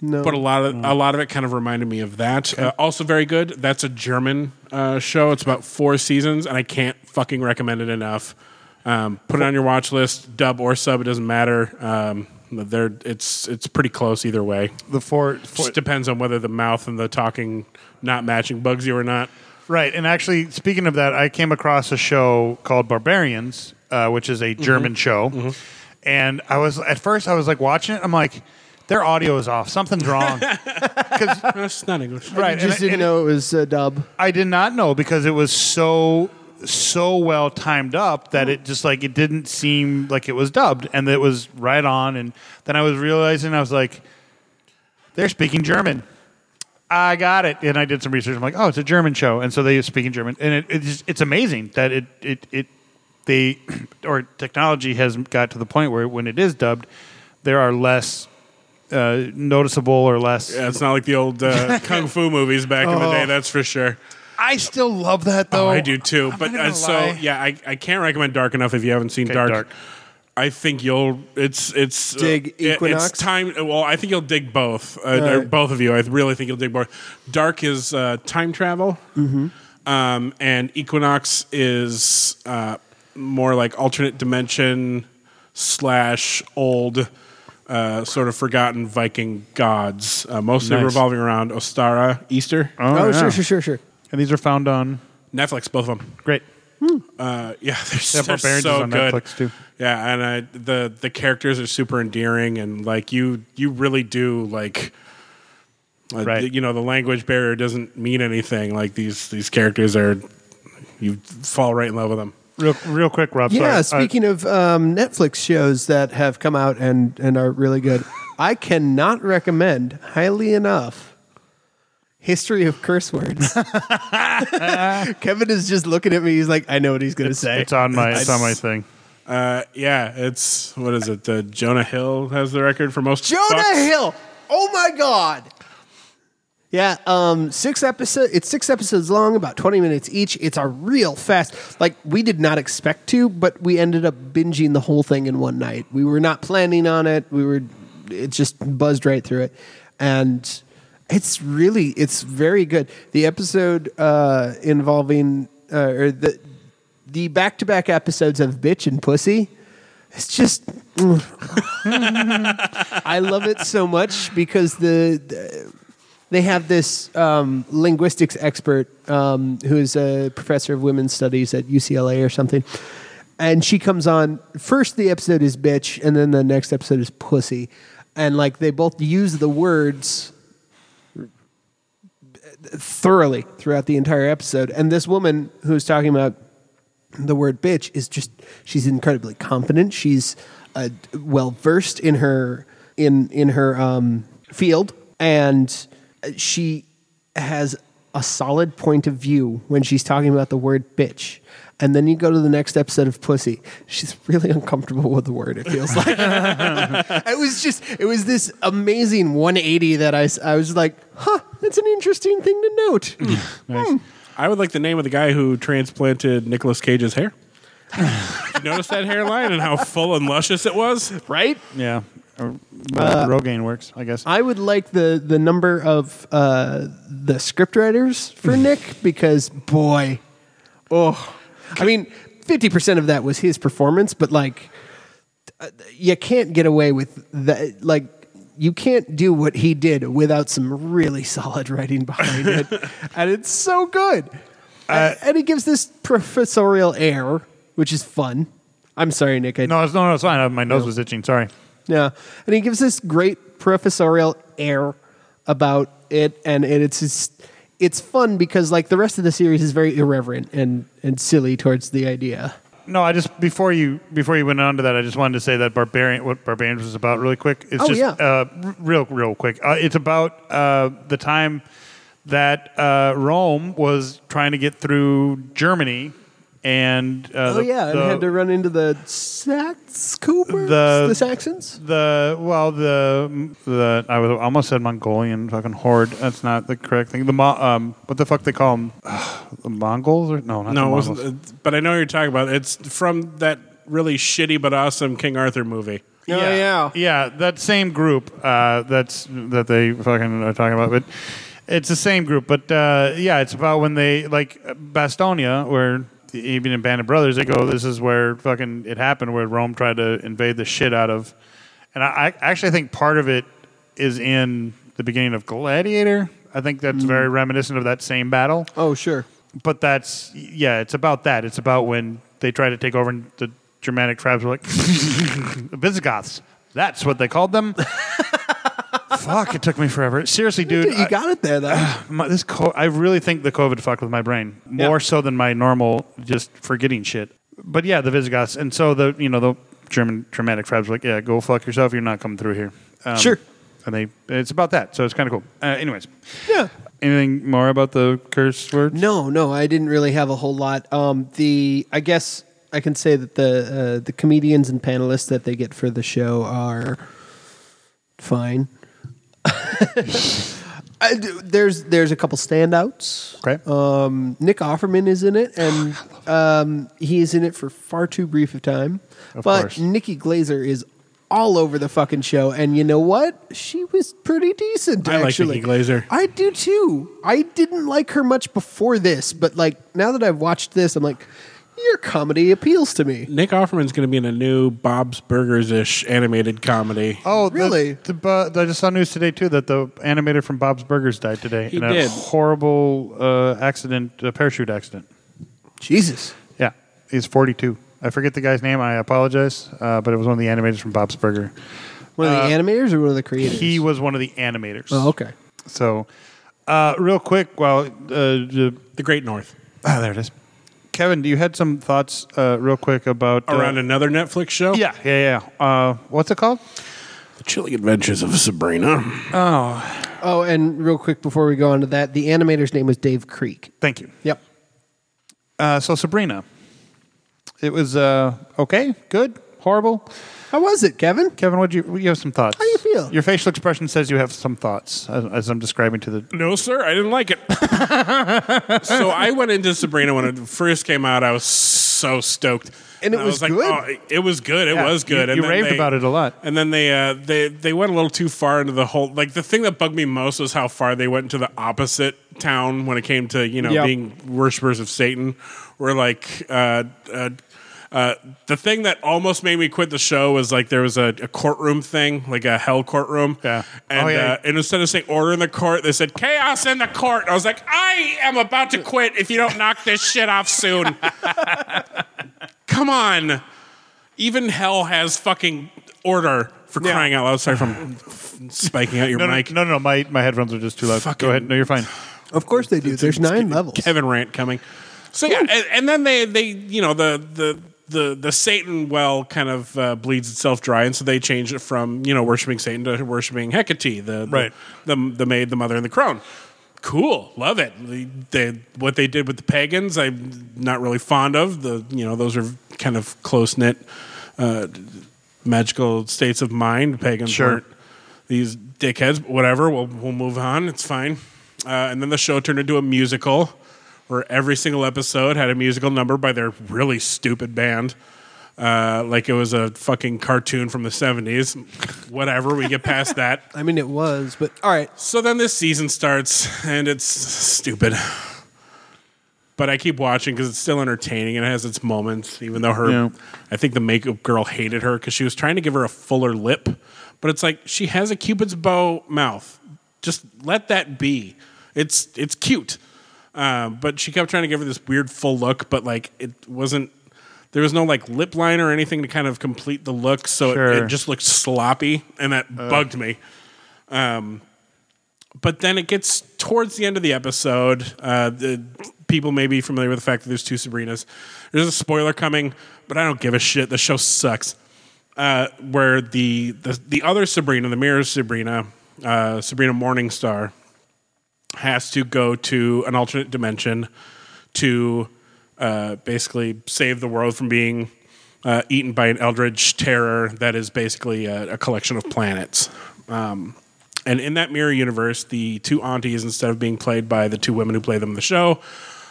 No. But a lot of a lot of it kind of reminded me of that. Uh, also very good. That's a German uh, show. It's about four seasons, and I can't fucking recommend it enough. Um, put it on your watch list, dub or sub, it doesn't matter. Um, they're, it's it's pretty close either way. The four, Just depends on whether the mouth and the talking not matching bugs you or not. Right, and actually, speaking of that, I came across a show called Barbarians, uh, which is a German show, and I was at first I was like watching it. I'm like, their audio is off. Something's wrong. 'Cause- No, it's not English. I right, and just I- didn't and know it was a dub. I did not know because it was so so well timed up that it just like it didn't seem like it was dubbed, and it was right on. And then I was realizing I was like, they're speaking German. I got it, and I did some research. I'm like, oh, it's a German show, and so they speak in German, and it, it just, it's amazing that it it it they or technology has got to the point where when it is dubbed, there are less uh, noticeable or less. Yeah, it's not like the old uh, kung fu movies back in the day. That's for sure. I still love that though. Oh, I do too. Oh, I'm but not gonna uh, so lie. yeah, I, I can't recommend Dark enough if you haven't seen Okay, Dark. Dark. I think you'll it's it's uh, Dig it- Equinox? it's time. Well, I think you'll dig both. Uh, All or right. Both of you. I really think you'll dig both. Dark is uh, time travel, um, and Equinox is uh, more like alternate dimension slash old. Uh, sort of forgotten Viking gods, uh, mostly Nice. revolving around Ostara, Easter, Oh, yeah. sure, sure, sure, sure. And these are found on Netflix, both of them. great. Uh, yeah, Yeah, they're, they're Barbarians so is on good. Netflix, too. Yeah, and I, the the characters are super endearing, and like you, you really do like. uh, Right. th- you know the language barrier doesn't mean anything. Like these these characters are, you fall right in love with them. Real, real quick, Rob. Yeah, sorry. Uh, speaking of um, Netflix shows that have come out and, and are really good, I cannot recommend highly enough History of Curse Words. Kevin is just looking at me. He's like, I know what he's going to I, say. it's on my it's on my thing. Uh, yeah, it's what is it? Uh, Jonah Hill has the record for most. Jonah fucks. Hill. Oh my God. Yeah, um, six episode. It's six episodes long, about twenty minutes each. It's a real fast. Like we did not expect to, but we ended up binging the whole thing in one night. We were not planning on it. We were. It just buzzed right through it, and it's really it's very good. The episode uh, involving uh, or the the back to back episodes of Bitch and Pussy. It's just. I love it so much because the, the- they have this um, linguistics expert um, who is a professor of women's studies at UCLA or something, and she comes on. First, the episode is bitch, and then the next episode is pussy, and like they both use the words thoroughly throughout the entire episode. And this woman who's talking about the word bitch is just she's incredibly confident. She's uh, well versed in her in in her um, field, and she has a solid point of view when she's talking about the word bitch. And then you go to the next episode of Pussy. She's really uncomfortable with the word. It feels like it was just it was this amazing 180 that I s- I was like, huh, that's an interesting thing to note. Hmm. I would like the name of the guy who transplanted Nicolas Cage's hair. you notice that hairline and how full and luscious it was. right? Yeah, Or- well, Rogaine Uh, works, I guess. Uh, I would like the the number of uh, the scriptwriters for Nick because boy, oh, I mean, fifty percent of that was his performance, but like, uh, you can't get away with that. Like, you can't do what he did without some really solid writing behind it, and it's so good. and, and he gives this professorial air, which is fun. I'm sorry, Nick. I no, it's, no, no, it's fine. Uh, My nose was itching. Sorry. yeah, and he gives this great professorial air about it, and it, it's just, it's fun because like the rest of the series is very irreverent and and silly towards the idea. No, I just before you before you went on to that, I just wanted to say that barbarian what barbarians was about really quick. It's Oh, just yeah. uh, r- real real quick. Uh, it's about uh, the time that uh, Rome was trying to get through Germany, and uh, oh the- yeah, and the- had to run into the Sax Coopers, The- the, Saxons. the well the the I was almost said Mongolian fucking horde. That's not the correct thing. The Mo- um what the fuck they call them? the Mongols or no? Not the No, it Mongols. wasn't. uh, But I know what you're talking about. It's from that really shitty but awesome King Arthur movie. Oh, yeah. yeah. That same group. Uh, that's that they fucking are talking about, but it's the same group. But uh, yeah, it's about when they like Bastonia or even in Band of Brothers, they go, "This is where fucking it happened, where Rome tried to invade the shit out of." And I, I actually think part of it is in the beginning of Gladiator. I think that's Hmm. very reminiscent of that same battle Oh sure. but that's yeah, it's about that. It's about when they try to take over and the Germanic tribes were like Visigoths. That's what they called them. Fuck! It took me forever. Seriously, dude. you got it there though. I, my, this co- I really think the COVID fucked with my brain more Yeah. so than my normal just forgetting shit. But yeah, the Visigoths, and so the you know the German Germanic tribes were like, yeah, go fuck yourself. You're not coming through here. Um, Sure. And they, it's about that. So it's kind of cool. Uh, anyways, yeah. anything more about the curse words? No, no, I didn't really have a whole lot. Um, the I guess I can say that the uh, the comedians and panelists that they get for the show are fine. I d there's there's a couple standouts. Okay. Um, Nick Offerman is in it, and um, he is in it for far too brief a time. Of but course. Nikki Glazer is all over the fucking show, and you know what? She was pretty decent. I like actually. Nikki Glaser. I do too. I didn't like her much before this, but like now that I've watched this, I'm like, your comedy appeals to me. Nick Offerman's going to be in a new Bob's Burgers ish animated comedy. Oh, the- Really? The, bu- I just saw news today too that the animator from Bob's Burgers died today He in did. a horrible uh, accident, a parachute accident. Jesus. Yeah, he's 42. I forget the guy's name. I apologize, uh, but it was one of the animators from Bob's Burger. One of the animators or one of the creators? Uh, He was one of the animators. Oh, okay. So, uh, real quick, while uh, the- the Great North. ah, there it is. Kevin, do you had some thoughts, uh, real quick, about uh, Around another Netflix show? Yeah, yeah, yeah. Uh, what's it called? The Chilling Adventures of Sabrina. Oh, and real quick before we go on to that, the animator's name was Dave Creek. Thank you. Yep. Uh, so Sabrina, it was uh, okay, good, horrible. How was it, Kevin? Kevin, what you you have some thoughts? How do you feel? Your facial expression says you have some thoughts as, as I'm describing to the. No, sir, I didn't like it. so I went into Sabrina when it first came out. I was so stoked, And it I was good? oh, it- it was good. It Yeah, was good. you- you then raved about it a lot. And then they uh, they they went a little too far into the whole. Like the thing that bugged me most was how far they went into the opposite town when it came to you know Yep. being worshippers of Satan. Where like. Uh, uh, uh, the thing that almost made me quit the show was like there was a, a courtroom thing, like a hell courtroom, Yeah. Oh, and yeah. uh, and instead of saying order in the court, they said chaos in the court. I was like, I am about to quit if you don't knock this shit off soon. Come on. Even hell has fucking order for crying out loud. Sorry from spiking out your No, no, mic. no, no, my my headphones are just too loud. Fucking- Go ahead. No, you're fine. Of course they do. There's nine levels. Kevin rant coming. So yeah, and, and then they they you know the the the the Satan well kind of uh, bleeds itself dry, and so they change it from you know worshiping Satan to worshiping Hecate, the the- Right. the, the, maid, the mother, and the crone. Cool, love it. They, they, what they did with the pagans, I'm not really fond of. The you know those are kind of close knit, uh, magical states of mind. Pagans Sure. weren't these dickheads, but whatever. We'll, we'll move on. It's fine. Uh, and then the show turned into a musical where every single episode had a musical number by their really stupid band. Uh, like it was a fucking cartoon from the 70s. Whatever, we get past that. I mean, it was, but all right. So then this season starts and it's stupid. But I keep watching because it's still entertaining and it has its moments, even though her, Yeah. I think the makeup girl hated her because she was trying to give her a fuller lip. But it's like she has a Cupid's bow mouth. Just let that be. It's it's cute. Uh, but she kept trying to give her this weird full look, but like it wasn't. There was no like lip liner or anything to kind of complete the look, so it, Sure. it just looked sloppy, and that bugged me Um, but then it gets towards the end of the episode. Uh, the people may be familiar with the fact that there's two Sabrinas. There's a spoiler coming, but I don't give a shit. The show sucks. Uh, where the, the the other Sabrina, the mirror Sabrina, uh, Sabrina Morningstar, has to go to an alternate dimension to uh, basically save the world from being uh, eaten by an eldritch terror that is basically a, a collection of planets. Um, and in that mirror universe, the two aunties, instead of being played by the two women who play them in the show,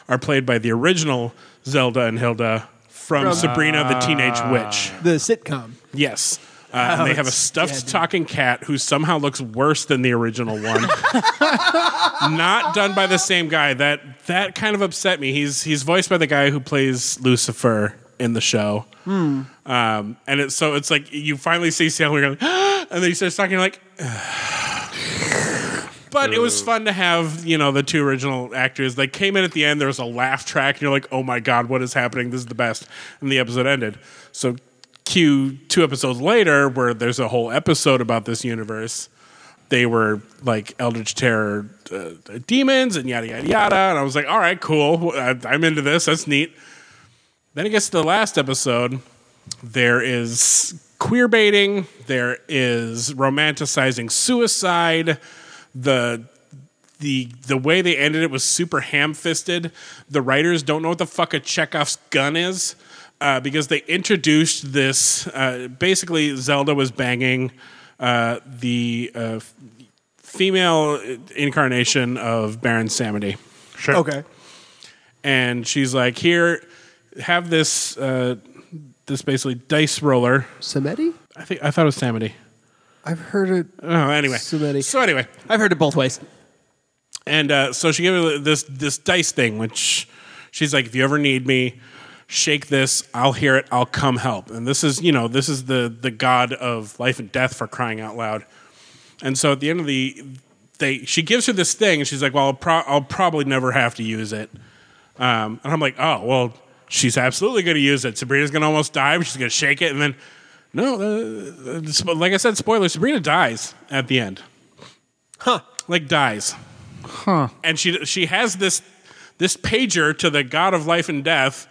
are played by the original Zelda and Hilda from Sabrina the Teenage Witch. The sitcom. Yes. Uh, and they have a stuffed talking cat who somehow looks worse than the original one. Not done by the same guy. That that kind of upset me. He's he's voiced by the guy who plays Lucifer in the show. Um, and it's so it's like you finally see Sam, you're like, and then he starts talking you're like. But it was fun to have, you know, the two original actors. They came in at the end, there was a laugh track, and you're like, oh my God, what is happening? This is the best. And the episode ended. So, cue two episodes later, where there's a whole episode about this universe, they were like Eldritch Terror uh, demons and yada, yada, yada. And I was like, all right, cool. I, I'm into this. That's neat. Then it gets to the last episode. There is queer baiting. There is romanticizing suicide. The the the way they ended it was super ham fisted. The writers don't know what the fuck a Chekhov's gun is uh, because they introduced this. Uh, basically, Zelda was banging uh, the uh, female incarnation of Baron Samedy. Sure. Okay. and she's like, "Here, have this uh, this basically dice roller." Samedi? I think I thought it was Samity. I've heard it. Oh, anyway. Samedi. So anyway, I've heard it both ways. and uh, so she gave me this this dice thing, which she's like, "If you ever need me, shake this. I'll hear it. I'll come help." And this is you know this is the the god of life and death for crying out loud. And so at the end of the they she gives her this thing, and she's like, "Well, I'll, pro- I'll probably never have to use it." Um, and I'm like, "Oh well." She's absolutely going to use it. Sabrina's going to almost die, but she's going to shake it, and then no. Uh, uh, spo- like I said, spoiler: Sabrina dies at the end. Huh? Like dies and she she has this this pager to the god of life and death.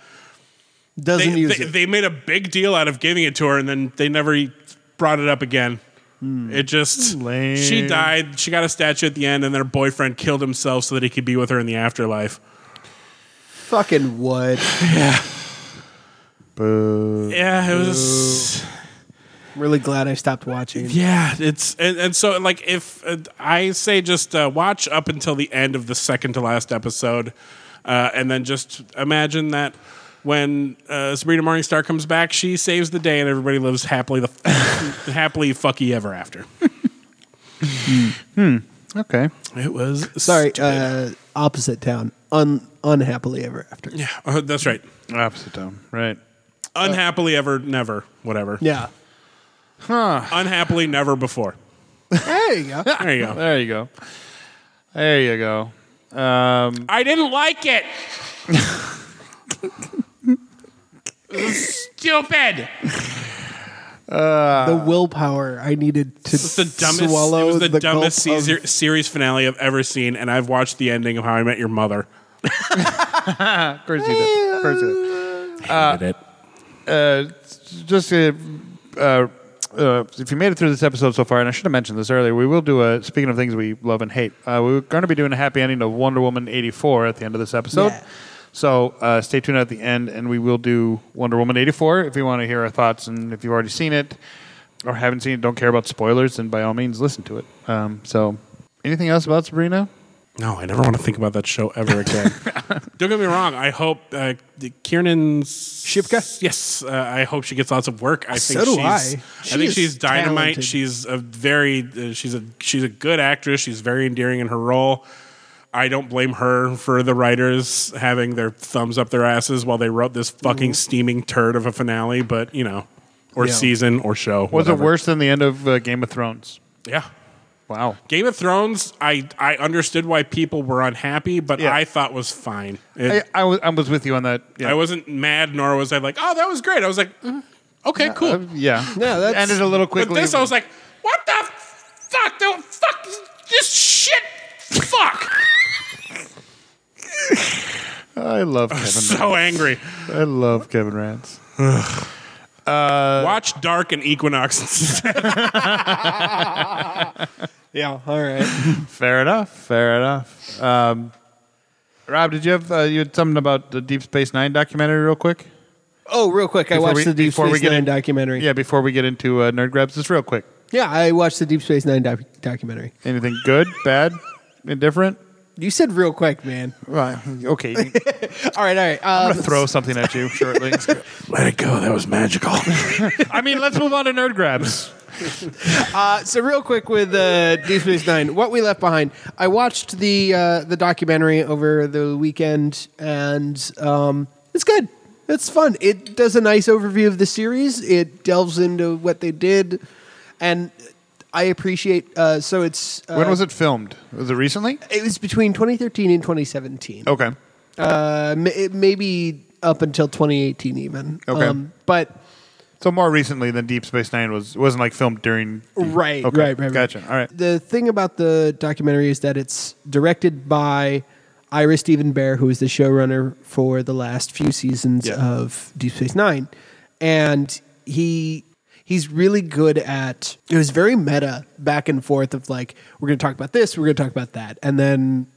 They, Doesn't use they, it. they made a big deal out of giving it to her, and then they never e, brought it up again. Hmm. It just Lame. she died. She got a statue at the end, and then her boyfriend killed himself so that he could be with her in the afterlife. Fucking what? Boo. Yeah, it was. I'm really glad I stopped watching. Yeah, it's and, and so like if uh, I say just uh, watch up until the end of the second to last episode, uh, and then just imagine that when uh, Sabrina Morningstar comes back, she saves the day and everybody lives happily the happily fucky ever after. Okay. It was Sorry, stupid. uh, opposite town. Un- unhappily ever after. yeah, uh, that's right. Opposite tone. Right. Unhappily ever never whatever. Yeah. Unhappily never before. There you go. There you go. There you go. There you go. Um, I didn't like it. Stupid. the willpower I needed to It's the dumbest. swallow it was the, the gulp dumbest of- Caesar, series finale I've ever seen, and I've watched the ending of How I Met Your Mother. of course you did. Of course you did. Hated it. uh, just uh, uh, uh, if you made it through this episode so far, and I should have mentioned this earlier, we will do a speaking of things we love and hate. Uh, we're going to be doing a happy ending of Wonder Woman eighty four at the end of this episode. Yeah. So uh, stay tuned at the end, and we will do Wonder Woman eighty four if you want to hear our thoughts, and if you've already seen it or haven't seen it, don't care about spoilers, then by all means listen to it. Um, so, anything else about Sabrina? No, I never want to think about that show ever again. Don't get me wrong. I hope uh, Kiernan Shipka. Yes, uh, I hope she gets lots of work. I think So do she's, I. She think is she's dynamite. talented. She's a very uh, she's a she's a good actress. She's very endearing in her role. I don't blame her for the writers having their thumbs up their asses while they wrote this fucking steaming turd of a finale. But you know, or Mm-hmm. Yeah. season or show. Was it whatever. worse than the end of uh, Game of Thrones? Yeah. Wow. Game of Thrones, I, I understood why people were unhappy, but Yeah. I thought was fine. It- I, I, was, I was with you on that. Yeah. I wasn't mad, nor was I like, oh, that was great. I was like, "Mm, okay, cool. Uh, yeah. No, that's- ended a little but quickly. this, I was like, what the fuck? The fuck is this shit? Fuck! I love Kevin. so angry. I love Kevin Rance. Watch Dark and Equinox. Yeah, all right. Fair enough. Fair enough. Um, Rob, did you have uh, you had something about the Deep Space Nine documentary, real quick? Oh, real quick, I Before watched we- the Deep before Space we get Nine in- documentary. Yeah, before we get into uh, nerd grabs, just real quick. Yeah, I watched the Deep Space Nine doc- documentary. Anything good, bad, indifferent? You said real quick, man. Right. Okay. I'm All right, all right. Um, gonna throw something at you shortly. Let it go. That was magical. I mean, let's move on to nerd grabs. Uh, so real quick with uh, Deep Space Nine, what we left behind. I watched the uh, the documentary over the weekend, and um, it's good. It's fun. It does a nice overview of the series. It delves into what they did, and I appreciate. Uh, so it's uh, when was it filmed? Was it recently? It was between 2013 and 2017. Okay. Uh, m- it maybe up until 2018 even. Um, Okay. but So more recently than Deep Space Nine was it wasn't like filmed during. Right, Okay. right, right, right. Gotcha. All right. the thing about the documentary is that it's directed by Ira Stephen Bear, who is the showrunner for the last few seasons Yeah. of Deep Space Nine, and he he's really good at. It was very meta, back and forth of like we're going to talk about this, we're going to talk about that, and then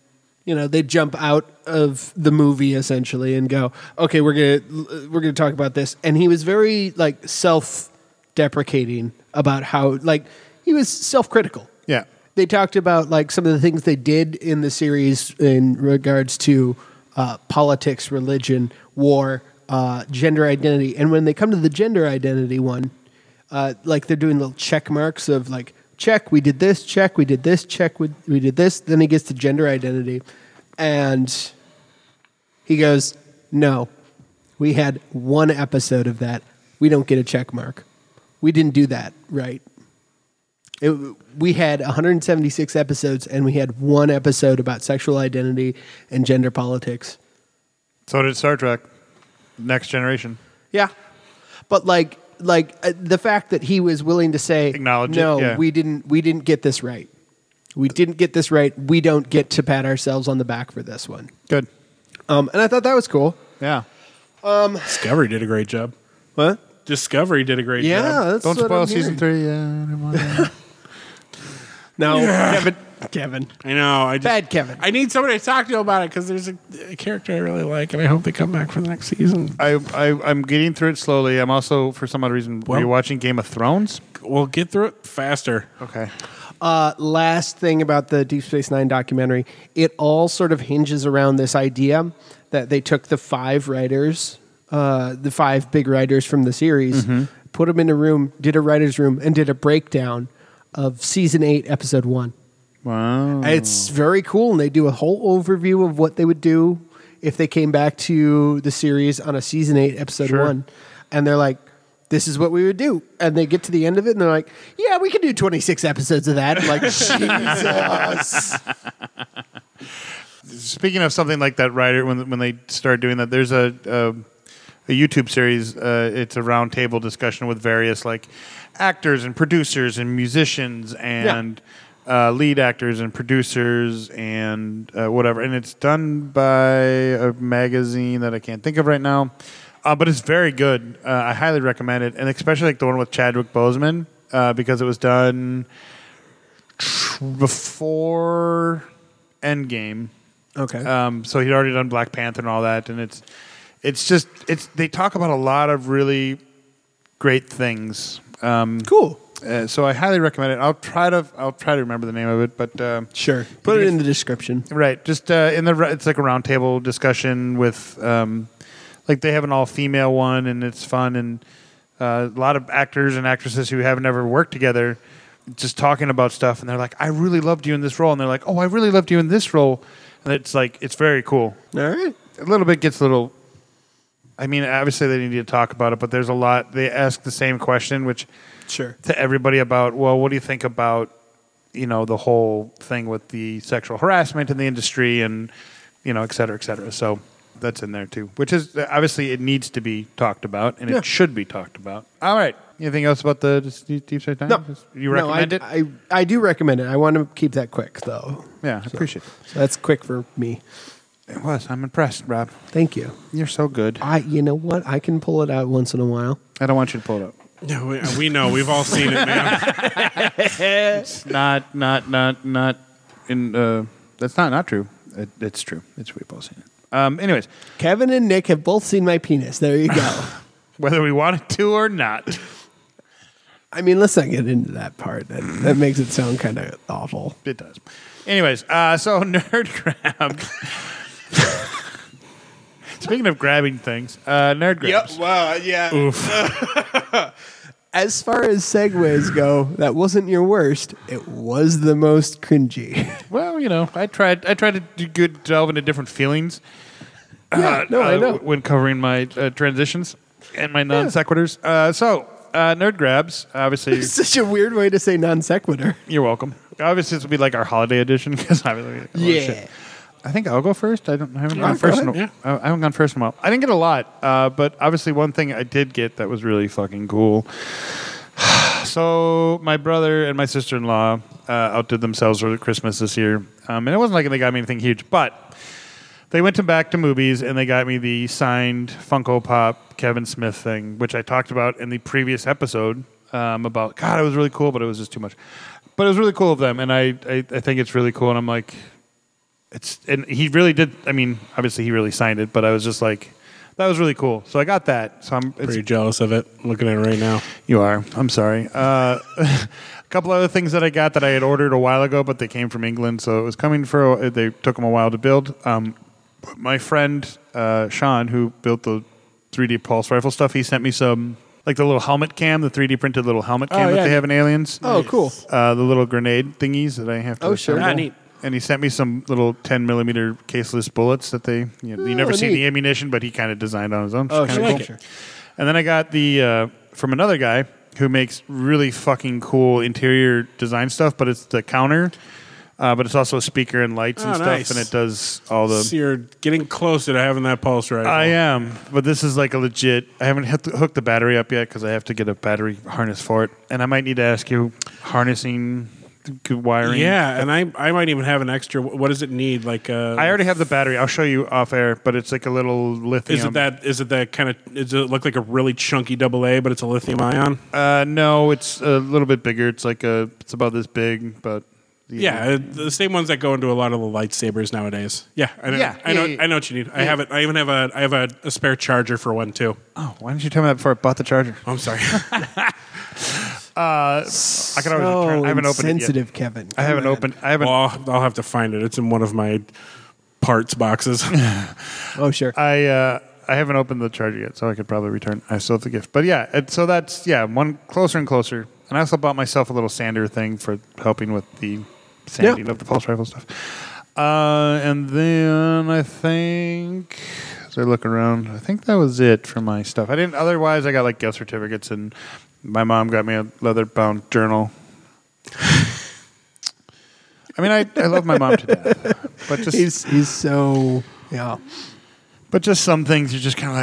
you know they jump out of the movie essentially and go, okay, we're gonna we're gonna talk about this, and he was very like self deprecating about how like he was self critical Yeah. they talked about like some of the things they did in the series in regards to uh, politics, religion, war, uh, gender identity, and when they come to the gender identity one, uh, like they're doing little check marks of like check we did this, check we did this, check we, we did this. Then he gets to gender identity, and he goes, No, we had one episode of that. We don't get a check mark. We didn't do that, right? It, we had 176 episodes, and we had one episode about sexual identity and gender politics. So did Star Trek, Next Generation. Yeah, but like, like uh, the fact that he was willing to say, Acknowledge it, no, yeah. we didn't, we didn't get this right. We didn't get this right. We don't get to pat ourselves on the back for this one. Good. Um, and I thought that was cool. Yeah. Discovery did a great job. What? Discovery did a great Yeah, job. that's Don't what spoil I'm season hearing. three. Yeah. No, Kevin. Kevin. I know. I just, Bad Kevin. I need somebody to talk to about it because there's a, a character I really like, and I hope they come back for the next season. I, I I'm getting through it slowly. I'm also for some odd reason Well- rewatching Game of Thrones. We'll get through it faster. Okay. Uh, last thing about the Deep Space Nine documentary, it all sort of hinges around this idea that they took the five writers, uh, the five big writers from the series, put them in a room, did a writer's room, and did a breakdown of season eight, episode one. Wow. It's very cool, and they do a whole overview of what they would do if they came back to the series on a season eight episode Sure. one, and they're like. This is what we would do, and they get to the end of it, and they're like, "Yeah, we can do twenty six episodes of that." Like, Jesus, Speaking of something like that, writer when when they start doing that, there's a a, a YouTube series. Uh, it's a roundtable discussion with various like actors and producers and musicians and uh, lead actors and producers and uh, whatever. And it's done by a magazine that I can't think of right now, uh, but it's very good. Uh, I highly recommend it, and especially like the one with Chadwick Boseman uh, because it was done before Endgame. Okay. Um, so he'd already done Black Panther and all that, and it's it's just it's they talk about a lot of really great things. Um, cool. uh, so I highly recommend it. I'll try to I'll try to remember the name of it, but uh, Sure. Put it in the description. right, just uh, in the re- it's like a roundtable discussion with um, like they have an all female one, and it's fun and uh, a lot of actors and actresses who haven't ever worked together just talking about stuff, and they're like, I really loved you in this role, and they're like, Oh, I really loved you in this role, and it's like it's very cool All right. a little bit gets a little. I mean, obviously they need to talk about it, but there's a lot. They ask the same question, which Sure. to everybody about, well, what do you think about, you know, the whole thing with the sexual harassment in the industry and, you know, et cetera, et cetera. So that's in there too, which is obviously it needs to be talked about and Yeah. it should be talked about. All right. Anything else about the this Deep Deep Space Nine? No. You No, recommend I, it? I, I do recommend it. I want to keep that quick, though. yeah, I appreciate So that's quick for me. it. It was. I'm impressed, Rob. Thank you. You're so good. I, you know what? I can pull it out once in a while. I don't want you to pull it up. No, we, uh, we know. We've all seen it, man. not not not not in uh that's not not true it, it's true it's we've all seen it um anyways Kevin and Nick have both seen my penis. There you go. whether we wanted to or not I mean, let's not get into that part. That, that makes it sound kind of awful. it does anyways uh so nerd grab speaking of grabbing things uh nerd grabs Well, yeah. As far as segues go, that wasn't your worst. It was the most cringy. well you know i tried i tried to do good delve into different feelings Yeah, no, I uh, know. when covering my uh, transitions and my non sequiturs uh so uh nerd grabs obviously It's such a weird way to say non sequitur. You're welcome. Obviously, this will be like our holiday edition because obviously, oh, shit. I think I'll go first. I don't I haven't gone go first. in a, ahead, I I haven't gone first in a while. I didn't get a lot, uh, but obviously, one thing I did get that was really fucking cool. so my brother and my sister in law uh, outdid themselves for Christmas this year, um, and it wasn't like they got me anything huge, but they went to back to movies and they got me the signed Funko Pop Kevin Smith thing, which I talked about in the previous episode um, about. God, it was really cool, but it was just too much. But it was really cool of them, and I, I, I think it's really cool. And I'm like, it's and he really did. I mean, obviously he really signed it, but I was just like, that was really cool. So I got that. So I'm it's, Pretty jealous of it. Looking at it right now. You are. I'm sorry. Uh, a couple other things that I got that I had ordered a while ago, but they came from England, so it was coming for. a- They took them a while to build. Um, my friend uh, Sean, who built the 3D pulse rifle stuff, he sent me some like the little helmet cam, the 3D printed little helmet cam Oh, that yeah. they have in Aliens. Oh, cool. Uh, the little grenade thingies that I have to. Oh, sure. Ah, neat. And he sent me some little 10 millimeter caseless bullets that they, you, know, you never Oh, see neat. the ammunition, but he kind of designed on his own. Oh, It's sure, kinda sure. And then I got the uh, from another guy who makes really fucking cool interior design stuff, but it's the counter, uh, but it's also a speaker and lights and Oh, stuff, nice. and it does all the. So you're getting closer to having that pulse rifle. I am, but this is like a legit. I haven't hit the, hooked the battery up yet because I have to get a battery harness for it, and I might need to ask you harnessing, wiring. Yeah, and I I might even have an extra. What does it need? Like uh, I already have the battery. I'll show you off air, but it's like a little lithium. Is it that? Is it that kind of? Does it look like a really chunky double A, but it's a lithium ion? Uh, no, it's a little bit bigger. It's like a. It's about this big, but Yeah, uh the same ones that go into a lot of the lightsabers nowadays. Yeah, I know. Yeah, I know. yeah, yeah. I know what you need. I have it. I even have a. I have a, a spare charger for one too. Oh, why didn't you tell me that before I bought the charger? I'm sorry. Uh, I can always return. I haven't opened sensitive, it Kevin. yet. I haven't Come on. opened. I haven't. well, I'll, I'll have to find it. It's in one of my parts boxes. Oh, sure. I uh, I haven't opened the charger yet, so I could probably return. I still have the gift, but yeah. And so that's yeah, one closer and closer. And I also bought myself a little sander thing for helping with the sanding of the pulse rifle stuff. Uh, and then I think as I look around, I think that was it for my stuff. I didn't. Otherwise, I got like gift certificates, and my mom got me a leather bound journal. I mean, I, I love my mom to death, but just he's he's so yeah. but just some things you're just kind of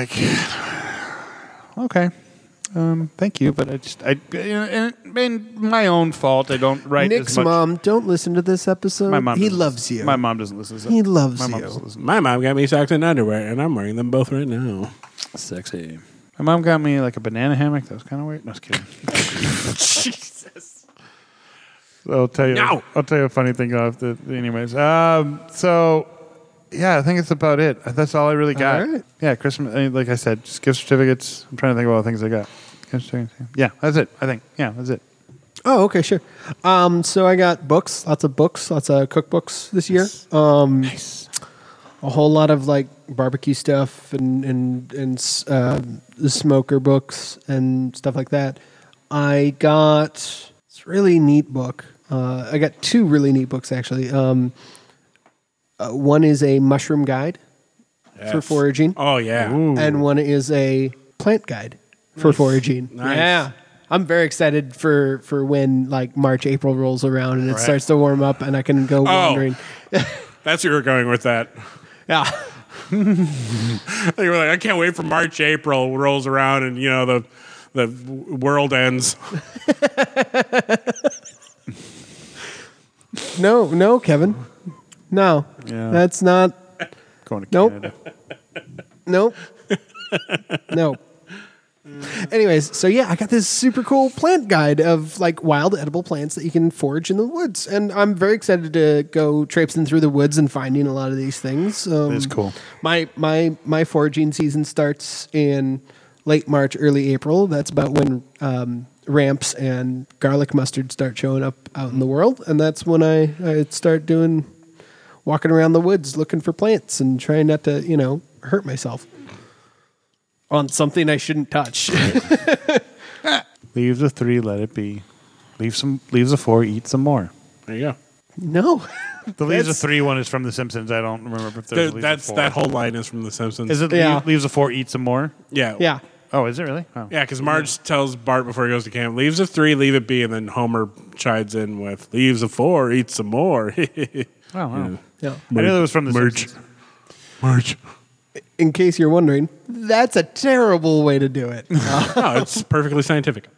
like, okay, um, thank you, but I just I and, and my own fault. I don't write as Nick's much- mom, don't listen to this episode. My mom he doesn't- loves you. My mom doesn't listen. to this. He loves my mom you. doesn't listen to my mom got me socks and underwear, and I'm wearing them both right now. this. Sexy. My mom got me like a banana hammock. That was kind of weird. No, I was kidding. I'll tell you. No. I'll tell you a funny thing off the. Anyways, um, so yeah, I think it's about it. Uh, That's all I really got. All right. Yeah, Christmas. I mean, Like I said, just gift certificates. I'm trying to think of all the things I got. Gift certificates. Yeah, that's it. I think. Yeah, that's it. Oh, okay, sure. Um, so I got books, lots of books, lots of cookbooks this year. Um, A whole lot of like barbecue stuff and and and s- uh, smoker books and stuff like that. I got it's a really neat book. Uh, I got two really neat books actually. Um, uh, one is a mushroom guide for Yes. foraging Oh yeah. and one is a plant guide for foraging. Nice. Yeah. I'm very excited for for when like March April rolls around and it starts to warm up and I can Oh. go wandering. That's where you're going with that. Yeah. They were like, I can't wait for March, April rolls around, and you know the the world ends. No, no, Kevin. No. Yeah. That's not Going to Nope. Canada. Nope. nope. Anyways, so yeah, I got this super cool plant guide of like wild edible plants that you can forage in the woods, and I'm very excited to go traipsing through the woods and finding a lot of these things. Um, is cool. My my my foraging season starts in late March, early April. That's about when um, ramps and garlic mustard start showing up out in the world, and that's when I, I start doing walking around the woods looking for plants and trying not to you know hurt myself on something I shouldn't touch. Leave the three, let it be. Leave some. Leaves a four, eat some more. There you go. no. The leaves That's- a three one is from The Simpsons. I don't remember if Th- there's a leaves a that's four. that whole line is from The Simpsons. Is it Yeah. leaves a four, eat some more? Yeah. Yeah. Oh, is it really? Oh. Yeah, because Marge tells Bart before he goes to camp, leaves of three, leave it be, and then Homer chides in with leaves of four, eat some more. Oh, wow. Yeah. I knew that was from The Merge. Simpsons. Marge. In case you're wondering, that's a terrible way to do it. No, it's perfectly scientific.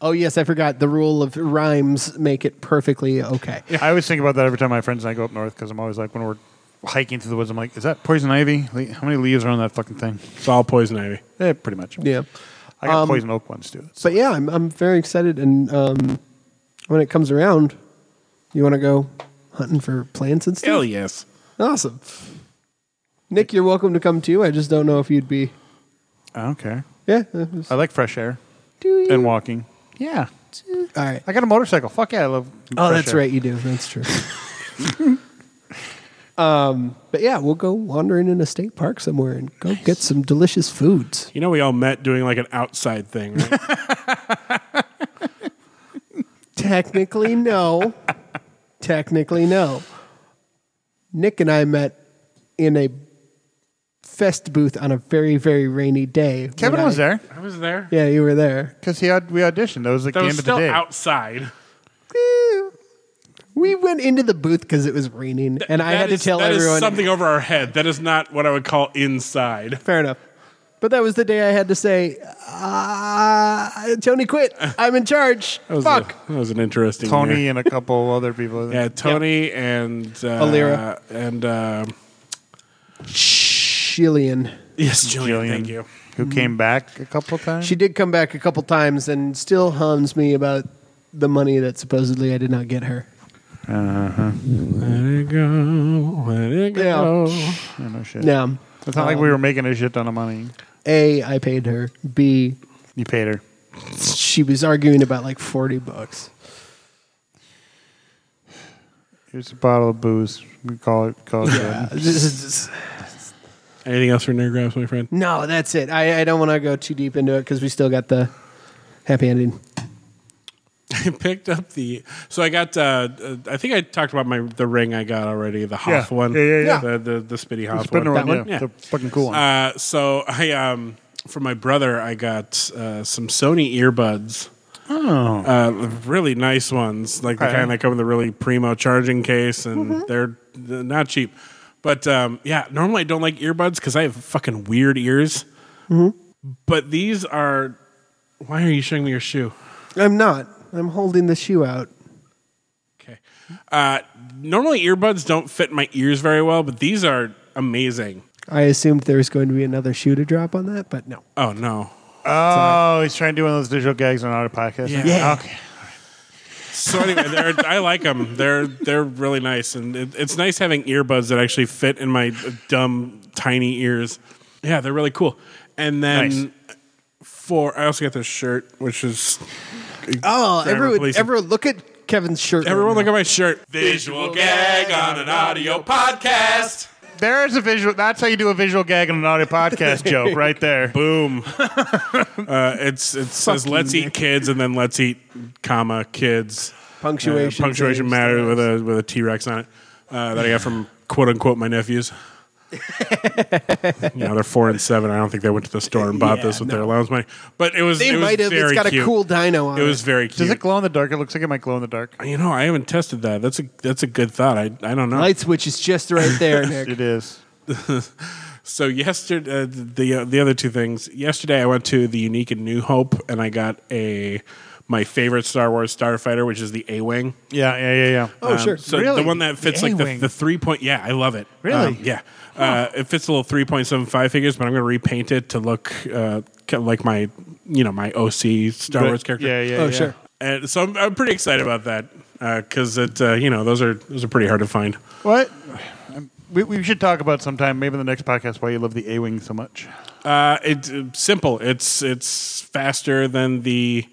oh yes, I forgot the rule of rhymes make it perfectly okay. I always think about that every time my friends and I go up north because I'm always like when we're hiking through the woods, I'm like, is that poison ivy? Le- How many leaves are on that fucking thing? It's all poison ivy. Yeah, pretty much. Yeah. Um, I got poison oak ones too. But yeah, I'm I'm very excited and um when it comes around, you want to go hunting for plants and stuff. yes. Awesome. Nick, you're welcome to come too. I just don't know if you'd be. I don't care. Yeah. that was- Ah, I like fresh air Do you? and walking. Yeah. All right. I got a motorcycle. Fuck yeah, I love. Oh, fresh that's air. right. You do. That's true. um, but yeah, we'll go wandering in a state park somewhere and go get some delicious foods. You know, we all met doing like an outside thing, right? Technically, no. Technically, no. Nick and I met in a fest booth on a very, very rainy day. when Kevin I- was there I was there. Yeah, you were there. because he had, we auditioned. That was like That the was end of the still day. outside. We went into the booth because it was raining, and I That had is- to tell that is everyone something over our head. That is not what I would call inside. Fair enough. But that was the day I had to say, uh, Tony quit. I'm in charge. That was Fuck. A, that was an interesting. Tony year. and a couple other people. Yeah, Tony and uh, Alira. and uh, Shillian. yes, Jillian, Jillian, Thank you. Who came back a couple times? She did come back a couple times and still hums me about the money that supposedly I did not get her. Let it go. Let it go. Oh, no shit. Now, It's not like Um, we were making a shit ton of money. A, I paid her. B, You paid her. she was arguing about like 40 bucks. Here's a bottle of booze. We call it. Call it Uh, good. this is- this- Anything else for nerd grabs, my friend? no, that's it. I, I don't want to go too deep into it because we still got the happy ending. I picked up the. So I got. Uh, uh, I think I talked about my the ring I got already. The Hoth Yeah. one. Yeah, yeah, yeah. The the, the spitty Hoth Spin one. around, one? yeah. Yeah. The fucking cool one. Uh, so I um for my brother I got uh, some Sony earbuds. oh. Uh, really nice ones, like the Okay. Mm-hmm. kind that come in the really primo charging case, and they're, they're not cheap. But um, yeah, normally I don't like earbuds because I have fucking weird ears. Mm-hmm. But these are. Why are you showing me your shoe? I'm not. I'm holding the shoe out. Okay. Uh, normally earbuds don't fit my ears very well, but these are amazing. I assumed there was going to be another shoe to drop on that, but no. Oh no. oh, he's trying to do one of those visual gags on our podcast. Yeah. Yeah. Okay. So anyway, they're, I like them. They're they're really nice, and it, it's nice having earbuds that actually fit in my dumb tiny ears. Yeah, they're really cool. And then Nice. for I also got this shirt, which is Oh, Grammar everyone, policing. everyone, look at Kevin's shirt. everyone right look at my shirt. Visual gag on an audio podcast. There is a visual. That's how you do a visual gag on an audio podcast joke, right there. Boom. uh, it's it says let's eat kids and then let's eat comma kids. now. punctuation. Uh, punctuation saves matter the- with a with a T Rex on it uh, that I got from quote unquote my nephews. you know they're four and seven. I don't think they went to the store and bought Yeah, this with their allowance money, but it was They it was might have. It's very got cute. a cool dino on It it. was very cute. Does it glow in the dark? It looks like it might glow in the dark. you know I haven't tested that. That's a that's a good thought. I I don't know. light switch is just right there, Nick. It is. So yesterday, uh, the uh, the other two things. Yesterday, I went to the Unique and New Hope, and I got a my favorite Star Wars starfighter, which is the A wing. Yeah, yeah, yeah, Um, yeah. Oh, sure. So Really? the one that fits The like the, A-wing. the three point. Yeah, I love it. Really? Um, yeah. Uh, it fits the little three point seven five figures, but I'm going to repaint it to look uh, kind of like my you know my OC Star But- Wars character. Yeah, yeah. Oh, yeah. sure. And so I'm, I'm pretty excited about that because it uh, you know those are those are pretty hard to find. What? Um, We, we should talk about sometime, maybe in the next podcast, why you love the A wing so much. Uh, it's uh, simple. It's it's faster than the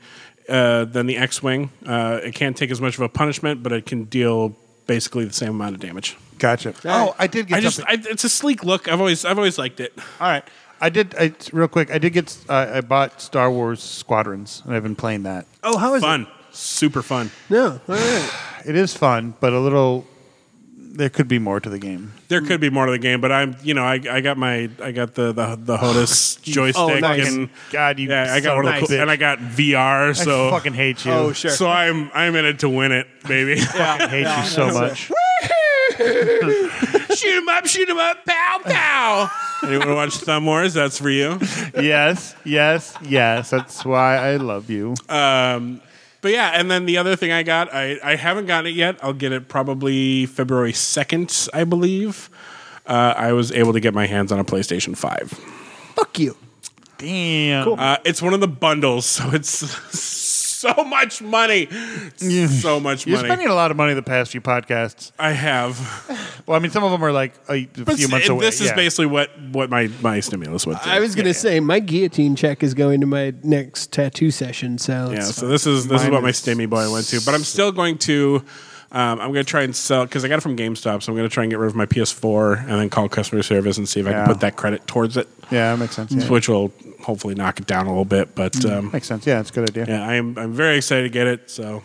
uh, than the X wing. Uh, it can't take as much of a punishment, but it can deal basically the same amount of damage. Gotcha. Oh, I did get I just something. I, it's a sleek look. I've always I've always liked it. All right. I did. I, real quick, I did get. Uh, I bought Star Wars Squadrons, and I've been playing that. Oh, how is fun, super fun. it? No, all right. It is fun, but a little. There could be more to the game. There could be more to the game, but I'm you know I, I got my I got the the, the HOTUS joystick Oh, nice. and God, you yeah I got son of one of a the cool, bitch. and I got VR so I fucking hate you. Oh, sure. so I'm I'm in it to win it baby. I hate you so much. shoot 'em up, shoot 'em up, pow pow. Anyone watch Thumb Wars? That's for you. yes, yes, yes. That's why I love you. Um, but yeah, and then the other thing I got, I, I haven't gotten it yet. I'll get it probably February 2nd, I believe. Uh, I was able to get my hands on a PlayStation 5. Fuck you. Damn. Uh, it's one of the bundles, so it's so much money. So much You're money. spending a lot of money the past few podcasts. I have. Well, I mean, some of them are like a But few months s- away. this is yeah. basically what, what my, my stimulus went to. I was gonna Yeah. say my guillotine check is going to my next tattoo session, so yeah, it's so this is this is Mine what my is- stimmy boy went to. But I'm still going to. Um, I'm going to try and sell because I got it from GameStop, so I'm going to try and get rid of my PS4 and then call customer service and see if I Yeah. can put that credit towards it, Yeah, that makes sense. Yeah. Mm. Hmm. which will hopefully knock it down a little bit. But um, Makes sense. Yeah, it's a good idea. yeah, I'm I'm very excited to get it. So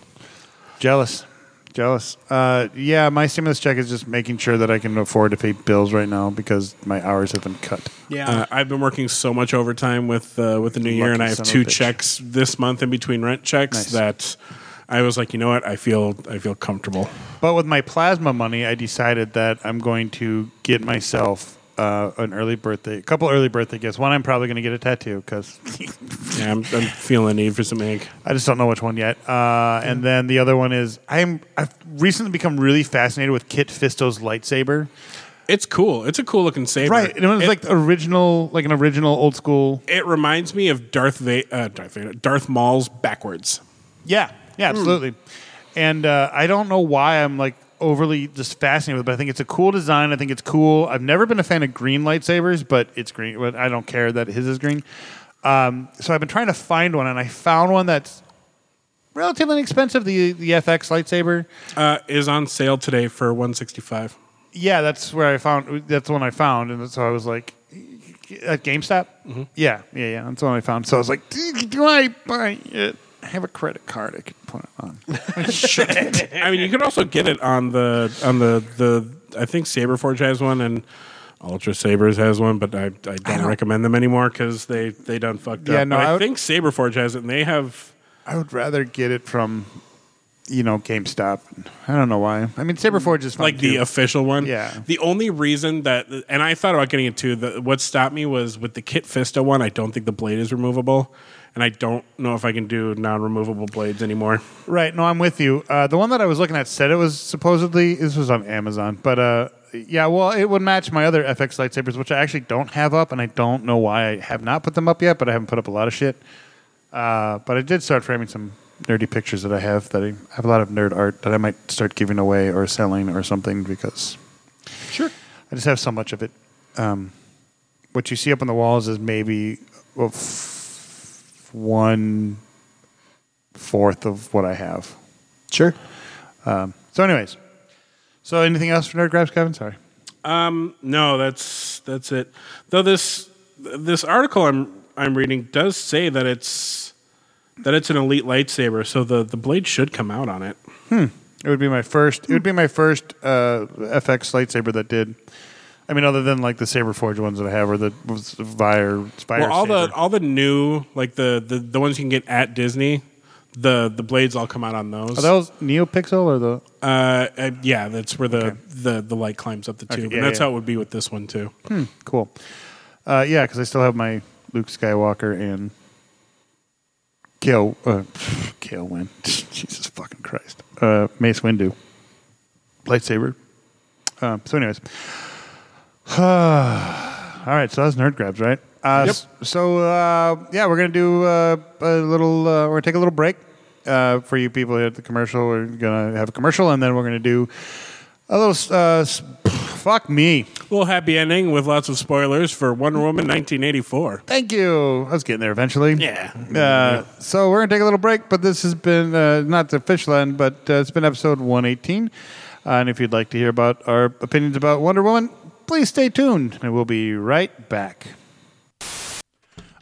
Jealous. Jealous. Uh, yeah, my stimulus check is just making sure that I can afford to pay bills right now because my hours have been cut. yeah. Uh, I've been working so much overtime with uh, with the new year, Lucky and I son have of a two bitch. checks this month in between rent checks Nice. that I was like, you know what, I feel I feel comfortable. But with my plasma money, I decided that I'm going to get myself uh, an early birthday, a couple early birthday gifts. One, I'm probably going to get a tattoo because Yeah, I'm, I'm feeling the need for some ink. I just don't know which one yet. Uh, and then the other one is I'm I've recently become really fascinated with Kit Fisto's lightsaber. It's cool. It's a cool looking saber. Right, and it was it, like the original, like an original old school. it reminds me of Darth Vader, uh, Darth Vader, Darth Maul's backwards. Yeah, yeah, absolutely. And uh, I don't know why I'm like overly just fascinated with, it, but I think it's a cool design. I think it's cool. I've never been a fan of green lightsabers, but it's green. But I don't care that his is green. Um, so I've been trying to find one, and I found one that's relatively inexpensive. The the FX lightsaber. Uh, is on sale today for 165. Yeah, that's where I found. That's the one I found, and so I was like, at GameStop. Yeah, yeah, yeah. That's the one I found. So I was like, do do I buy it? I have a credit card. I could put it on. Shit. I mean, you can also get it on the on the the. I think Saberforge has one and. Ultra Sabers has one, but I, I, don't, recommend them anymore because they they done fucked Yeah, up. no, but I, I would- think Saberforge has it, and they have. I would rather get it from, you know, GameStop. I don't know why. I mean, Saberforge is fun like the too. official one. Yeah. The only reason that, and I thought about getting it too. The, what stopped me was with the Kit Fisto one. I don't think the blade is removable, and I don't know if I can do non-removable blades anymore. Right. No, I'm with you. Uh, the one that I was looking at said it was supposedly this was on Amazon, but uh, yeah, well, it would match my other FX lightsabers, which I actually don't have up, and I don't know why I have not put them up yet, but I haven't put up a lot of shit. Uh, but I did start framing some nerdy pictures that I have that I, I have a lot of nerd art that I might start giving away or selling or something because Sure. I just have so much of it. Um, what you see up on the walls is maybe a f- one fourth of what I have. sure. So, anyways, so anything else for nerd grabs, Kevin? Sorry. Um, no, that's that's it. Though this this article I'm I'm reading does say that it's that it's an elite lightsaber, so the the blade should come out on it. It would be my first. It would be my first uh, FX lightsaber that did. I mean, other than like the saber forge ones that I have, or the Vire. Vire well, all saber. the all the new like the, the the ones you can get at Disney, the the blades all come out on those. are those NeoPixel or the? Uh, uh, yeah, that's where the, the, the light climbs up the tube, yeah, and that's yeah. how it would be with this one too. Cool. Uh, yeah, because I still have my Luke Skywalker and Kale uh, Kale Win. Jesus fucking Christ. Uh, Mace Windu lightsaber. Uh, so, anyways, all right. So that's nerd grabs, right? Uh, Yep. s- So uh, yeah, we're gonna do uh, a little. Uh, we're gonna take a little break uh, for you people at the commercial. We're gonna have a commercial, and then we're gonna do a little. s- Uh, s- fuck me. little happy ending with lots of spoilers for Wonder Woman 1984. Thank you. I was getting there eventually. Yeah. Uh, so we're going to take a little break, but this has been uh, not the official end, but uh, it's been episode 118. Uh, and if you'd like to hear about our opinions about Wonder Woman, please stay tuned, and we'll be right back.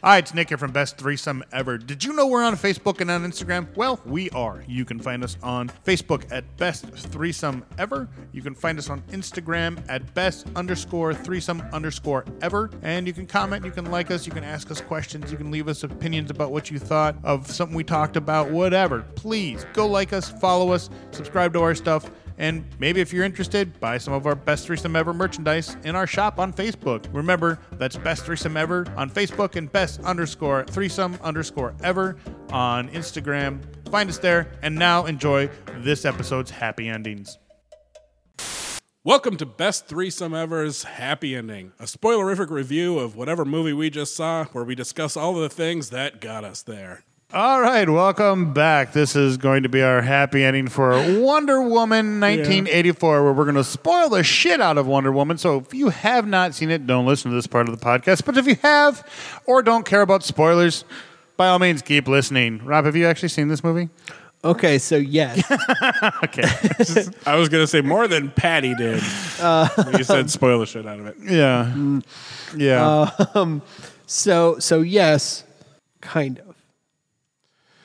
Hi, it's Nick here from Best Threesome Ever. Did you know we're on Facebook and on Instagram? Well, we are. You can find us on Facebook at Best Threesome Ever. You can find us on Instagram at Best underscore Threesome underscore Ever. And you can comment, you can like us, you can ask us questions, you can leave us opinions about what you thought of something we talked about, whatever. Please go like us, follow us, subscribe to our stuff. And maybe if you're interested, buy some of our Best Threesome Ever merchandise in our shop on Facebook. Remember, that's Best Threesome Ever on Facebook and Best underscore threesome underscore ever on Instagram. Find us there. And now enjoy this episode's happy endings. Welcome to Best Threesome Ever's Happy Ending, a spoilerific review of whatever movie we just saw, where we discuss all the things that got us there. All right, welcome back. This is going to be our happy ending for Wonder Woman 1984, where we're going to spoil the shit out of Wonder Woman. So if you have not seen it, don't listen to this part of the podcast. But if you have or don't care about spoilers, by all means, keep listening. Rob, have you actually seen this movie? Okay, so yes. Okay. I was gonna say more than Patty did. you said spoil the shit out of it. yeah. Mm. Yeah. Uh, so so yes, kind of.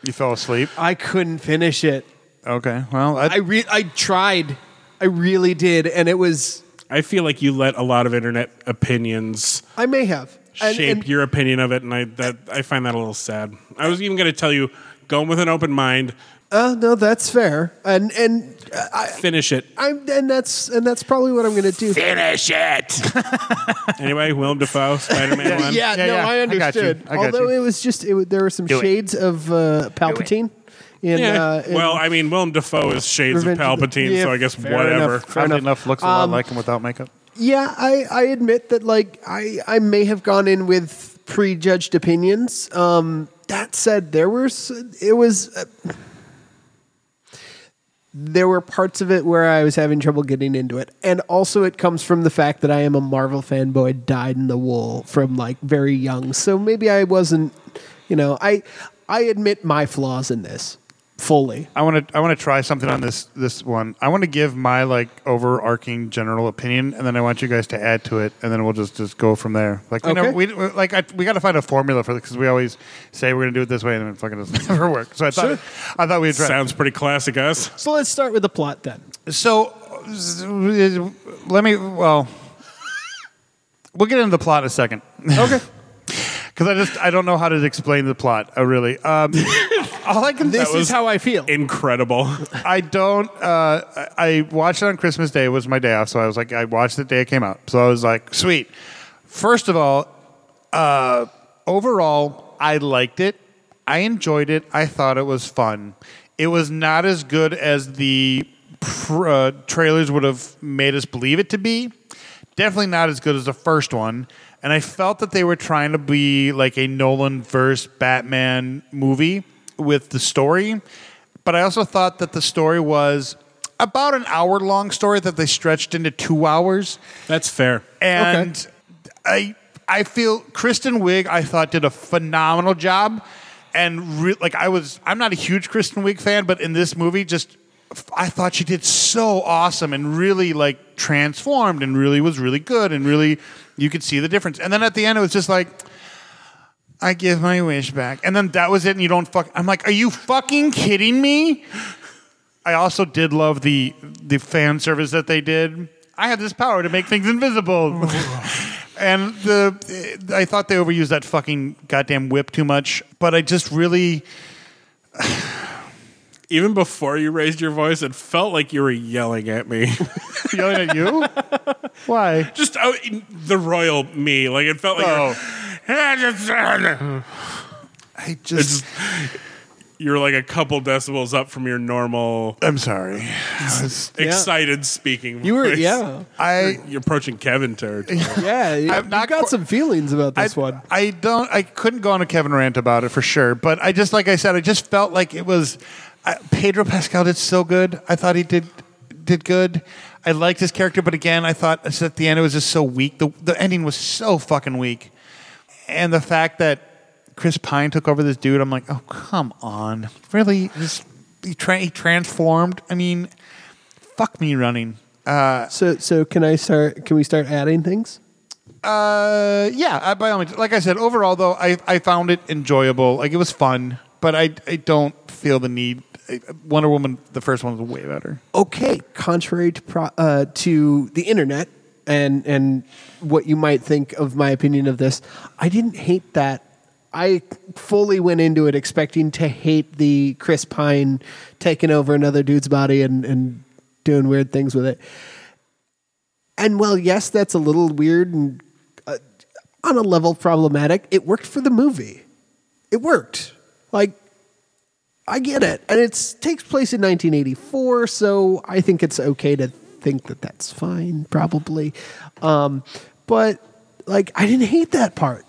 you fell asleep. I couldn't finish it. Okay. Well, I, I re- I tried. I really did, and it was I feel like you let a lot of internet opinions I may have. And- shape and- your opinion of it, and I that I find that a little sad. I was even gonna tell you, go in with an open mind, uh, no, that's fair. And and finish it. I'm and that's and that's probably what I'm going to do. Finish it. anyway, Willem Dafoe, Spider Man One. Yeah, no, Yeah, yeah, I I got you. understood. I got Although you. it was just it, wa- there were some Do it. shades of uh, Palpatine. In, Yeah. uh, in well, I mean, Willem Dafoe is shades Revenge of of the- Palpatine, yeah, so I guess fair whatever. enough. oddly enough. Um, enough looks a lot like him without makeup. Yeah, I, I admit that like I, I may have gone in with prejudged opinions. Um, that said, there were s- it was uh, there were parts of it where I was having trouble getting into it, and also it comes from the fact that I am a Marvel fanboy, dyed in the wool from like very young. So maybe I wasn't, you know, I I admit my flaws in this fully. I want to I want to try something on this this one. I want to give my like overarching general opinion, and then I want you guys to add to it, and then we'll just just go from there. Like we Okay. never, we we- like I, we got to find a formula for this because we always say we're going to do it this way, and then it fucking doesn't ever work. So I thought I thought we'd try. Sounds pretty classic us. So let's start with the plot then. so uh, let me. Well, we'll get into the plot in a second. Okay. Because I just I don't know how to explain the plot. I really. Um, all I can This was- is how I feel. Incredible. I don't. Uh, I I watched it on Christmas Day. It was my day off, so I was like, I watched the day it came out. So I was like, sweet. First of all, uh, overall, I liked it. I enjoyed it. I thought it was fun. It was not as good as the pr- uh, trailers would have made us believe it to be. Definitely not as good as the first one. And I felt that they were trying to be like a Nolan verse Batman movie with the story. But I also thought that the story was about an hour long story that they stretched into two hours That's fair. and I I feel Kristen Wiig I thought did a phenomenal job, and re- like I was I'm not a huge Kristen Wiig fan, but in this movie just f- I thought she did so awesome and really like transformed and really was really good and really you could see the difference. And then at the end it was just like. I give my wish back. And then that was it, and you don't fuck. I'm like, are you fucking kidding me? I also did love the the fan service that they did. I have this power to make things invisible. and the I thought they overused that fucking goddamn whip too much, but I just really Even before you raised your voice, it felt like you were yelling at me. yelling at you. Why? Just oh, in- the royal me. Like it felt like. Oh. you're- I It's just you're like a couple decibels up from your normal I'm sorry. I was- excited speaking. You were voice. yeah. I You're approaching Kevin territory. Yeah, you- I've you've not got qu- some feelings about this I, one. I don't. I couldn't go on a Kevin rant about it for sure. But I just, like I said, I just felt like it was. I, Pedro Pascal did so good. I thought he did did good. I liked his character, but again, I thought it's at the end it was just so weak. The the ending was so fucking weak, and the fact that Chris Pine took over this dude, I'm like, oh come on, really? This, he, tra- he transformed. I mean, fuck me running. So, so can I start? Can we start adding things? Uh, yeah, I, by all means. Like I said, overall though, I I found it enjoyable. Like it was fun, but I I don't feel the need. I- Wonder Woman, the first one was way better. Okay, contrary to pro, uh, to the internet and and what you might think of my opinion of this, I didn't hate that. I fully went into it expecting to hate the Chris Pine taking over another dude's body and and doing weird things with it. And well, yes, that's a little weird and uh, on a level problematic. It worked for the movie. It worked. Like I get it, and it takes place in 1984, so I think it's okay to think that that's fine, probably. Um, but like, I didn't hate that part.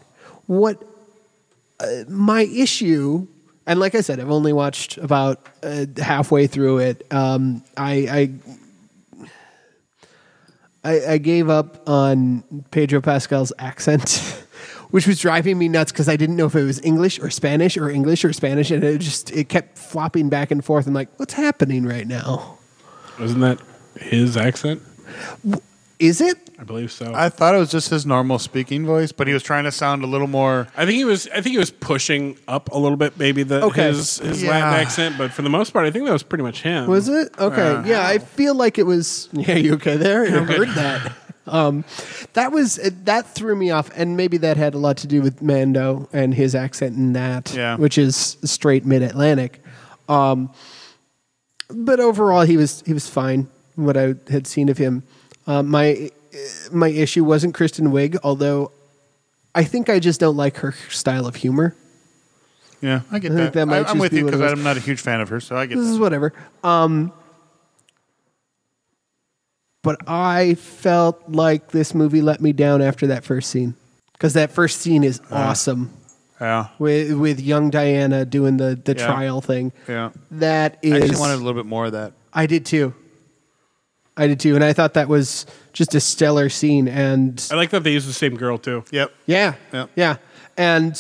What uh, my issue And like I said, I've only watched about uh, halfway through it. Um, I, I I I gave up on Pedro Pascal's accent, which was driving me nuts because I didn't know if it was English or Spanish or English or Spanish, and it just it kept flopping back and forth. I'm like, what's happening right now? Isn't that his accent? Is it? I believe so. I I, thought it was just his normal speaking voice, but he was trying to sound a little more. think he was. I think he was pushing up a little bit, maybe the Okay. his, his Yeah. Latin accent. But for the most part, I think that was pretty much him. Was it? Okay. yeah, I feel like it was. Uh-huh. Yeah, you okay there? I good. heard that. Um, that was uh, that threw me off, and maybe that had a lot to do with Mando and his accent in that, Yeah. which is straight mid Atlantic. Um, but overall, he was he was fine. What I had seen of him, uh, my uh, my issue wasn't Kristen Wiig, although I think I just don't like her style of humor. Yeah, I get I think that. that might I, am just with be you what it because was. I'm not a huge fan of her, so I get this that. is whatever. Um, but I felt like this movie let me down after that first scene because that first scene is awesome Yeah, with with young Diana doing the the Yeah. trial thing. yeah. That I is, actually wanted a little bit more of that. I did too. I did too, and I thought that was just a stellar scene. And I like that they used the same girl too. Yep. yeah, Yeah. yeah, and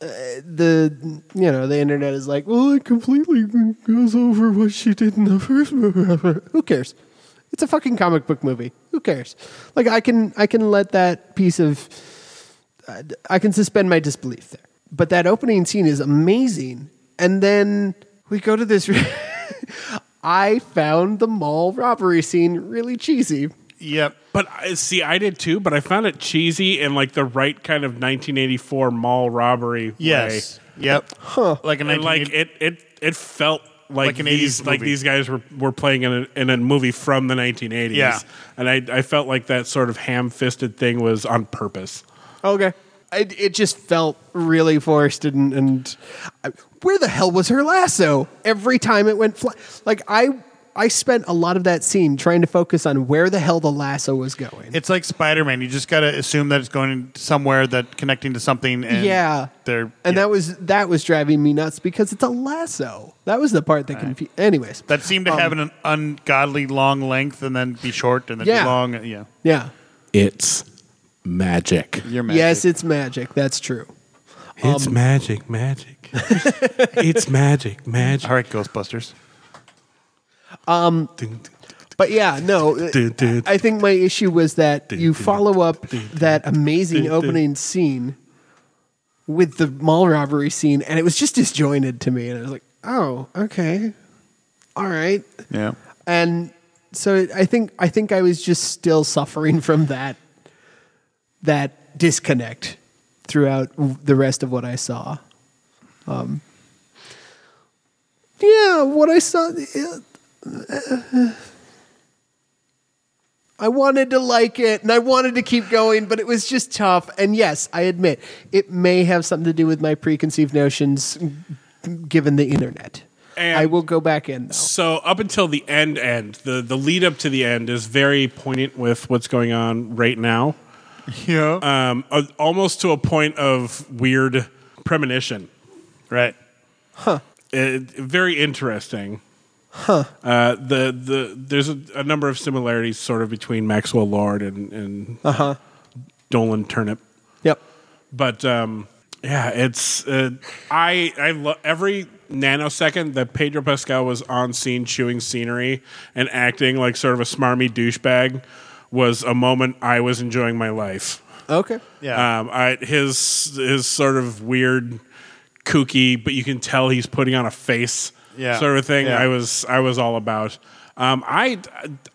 uh, the you know the internet is like, well, it completely goes over what she did in the first movie. Who cares? It's a fucking comic book movie. Who cares? Like I can I can let that piece of I- I can suspend my disbelief there. But that opening scene is amazing, and then we go to this. I found the mall robbery scene really cheesy. Yep. But I see, I did too. But I found it cheesy in like the right kind of 1984 mall robbery. Yes. Yep. Like a way. and like 1980 it, it, it felt like, Like an 80s these, like movie. these guys were, were playing in a, in a movie from the 1980s. Yeah. and I, I felt like that sort of ham-fisted thing was on purpose. Okay. It, it just felt really forced and, and I, where the hell was her lasso? Every time it went fly, like I I spent a lot of that scene trying to focus on where the hell the lasso was going. It's like Spider Man. You just got to assume that it's going somewhere that connecting to something. And yeah, They're, and yeah. that was that was driving me nuts because it's a lasso. That was the part that confused. Anyways, that seemed to have an ungodly long length and then be short and then Yeah. be long. Yeah. yeah, It's magic. You're yes, it's magic. That's true. It's Um, magic, magic. it's magic, magic. All right, Ghostbusters. But yeah, no. Dude, dude. I think my issue was that Dude, you dude. follow up that amazing Dude, dude. opening scene with the mall robbery scene, and it was just disjointed to me. And I was like, oh, okay, all right. Yeah. And so it- I think I think I was just still suffering from that that disconnect throughout w- the rest of what I saw. Um, yeah, what I saw. uh, I wanted to like it and I wanted to keep going, but it was just tough. And yes, I admit it may have something to do with my preconceived notions, given the internet. And- I will go back in though. So up until the end, end the the lead up to the end is very poignant with what's going on right now. Yeah. um, a- almost to a point of weird premonition. right. It, very interesting. Huh. Uh, the the there's a, a number of similarities sort of between Maxwell Lord and and Dolan Turnip, Yep. but um, yeah, it's uh, I I lo- every nanosecond that Pedro Pascal was on scene chewing scenery and acting like sort of a smarmy douchebag was a moment I was enjoying my life. Okay. Yeah. Um, I, his his sort of weird, kooky, but you can tell he's putting on a face. Yeah. Sort of thing. Yeah. I was I was all about. Um, I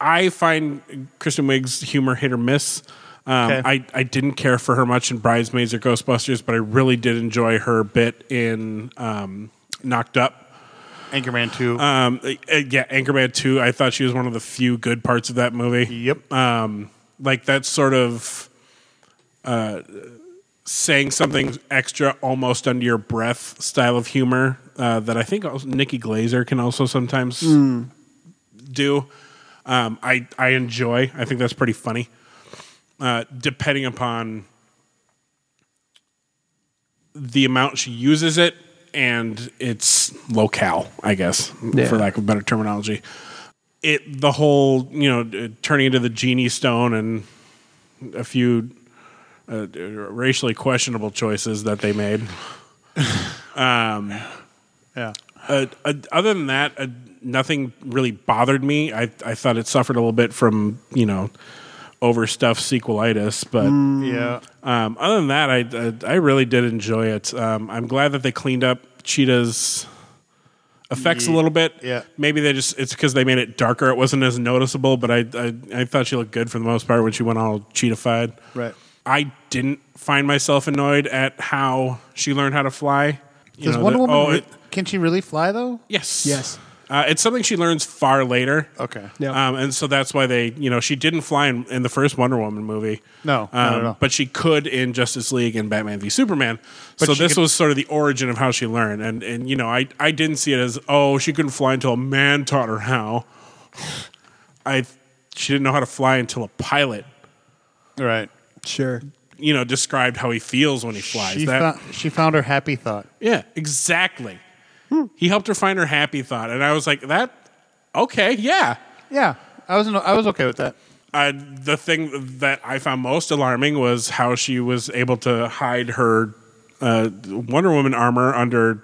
I find Kristen Wiig's humor hit or miss. Um, Okay. I I didn't care for her much in Bridesmaids or Ghostbusters, but I really did enjoy her bit in um, Knocked Up. Anchorman 2. Um, uh, yeah, Anchorman Two. I thought she was one of the few good parts of that movie yep. um, like that sort of uh, saying something extra almost under your breath style of humor uh, that I think also Nikki Glazer can also sometimes do. Um, I I enjoy. I think that's pretty funny. Uh, depending upon the amount she uses it and it's locale, I guess, Yeah. for lack of better terminology. It the whole you know uh, turning into the genie stone and a few uh, racially questionable choices that they made. Yeah. uh, uh, other than that, uh, nothing really bothered me. I I thought it suffered a little bit from you know overstuffed sequelitis, but Yeah. um, other than that, I I, I really did enjoy it. Um, I'm glad that they cleaned up Cheetah's effects a little bit. yeah. maybe they just it's because they made it darker. It wasn't as noticeable, but I, I I thought she looked good for the most part when she went all cheetahified. Right. I didn't find myself annoyed at how she learned how to fly. You Does know, Wonder the- Woman? oh, re- it- can she really fly though? Yes. Yes. Uh, it's something she learns far later. Okay. Yeah. Um, and so that's why they, you know, she didn't fly in, in the first Wonder Woman movie. Um, No, not at all. But she could in Justice League and Batman v Superman. so she this could- was sort of the origin of how she learned. And, and you know, I, I didn't see it as, oh, she couldn't fly until a man taught her how. I She didn't know how to fly until a pilot, Right. Sure. you know, described how he feels when he flies. She, That- found, she found her happy thought. Yeah, exactly. He helped her find her happy thought, and I was like, "That okay, yeah." Yeah. I was I was okay with that. Uh, the thing that I found most alarming was how she was able to hide her uh, Wonder Woman armor under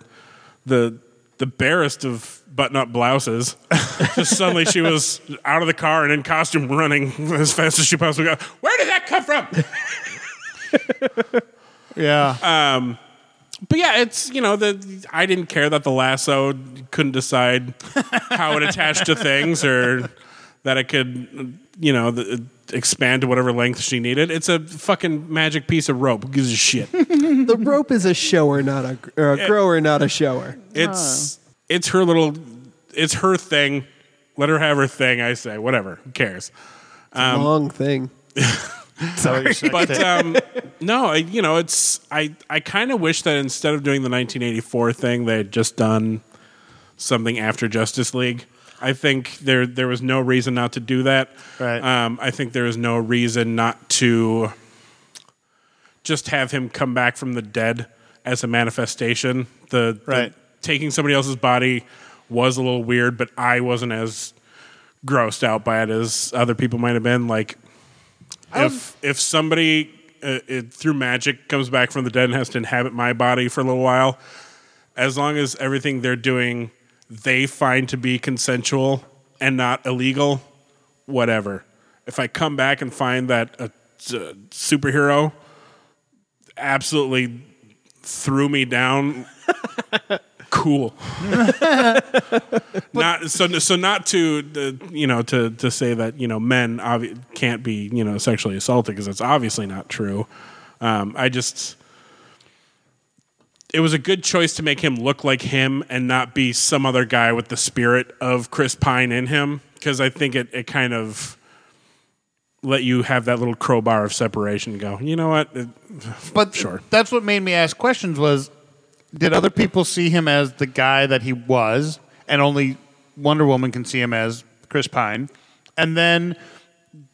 the the barest of button-up blouses. Just suddenly, she was out of the car and in costume, running as fast as she possibly could. Where did that come from? Yeah. But yeah, it's you know the I didn't care that the lasso couldn't decide how it attached to things or that it could you know the, expand to whatever length she needed. It's a fucking magic piece of rope. Who gives a shit? The rope is a shower, not a, or a grower, not a shower. It's it's her little it's her thing. Let her have her thing. I say whatever. Who cares? Um, Long thing. but um, no, I, you know, it's I I kind of wish that instead of doing the 1984 thing, they had just done something after Justice League. I think there there was no reason not to do that. Right. Um, I think there is no reason not to just have him come back from the dead as a manifestation. The, the- Right. taking somebody else's body was a little weird, but I wasn't as grossed out by it as other people might have been. Like if if somebody uh, it, through magic comes back from the dead and has to inhabit my body for a little while, as long as everything they're doing they find to be consensual and not illegal, whatever. If I come back and find that a, uh superhero absolutely threw me down, cool. not so so not to uh, you know to to say that you know men obvi- can't be you know sexually assaulted because that's obviously not true. Um, I just it was a good choice to make him look like him and not be some other guy with the spirit of Chris Pine in him because I think it, it kind of let you have that little crowbar of separation and go, you know what? It- but Sure. that's what made me ask questions was did other people see him as the guy that he was and only wonder woman can see him as chris pine and then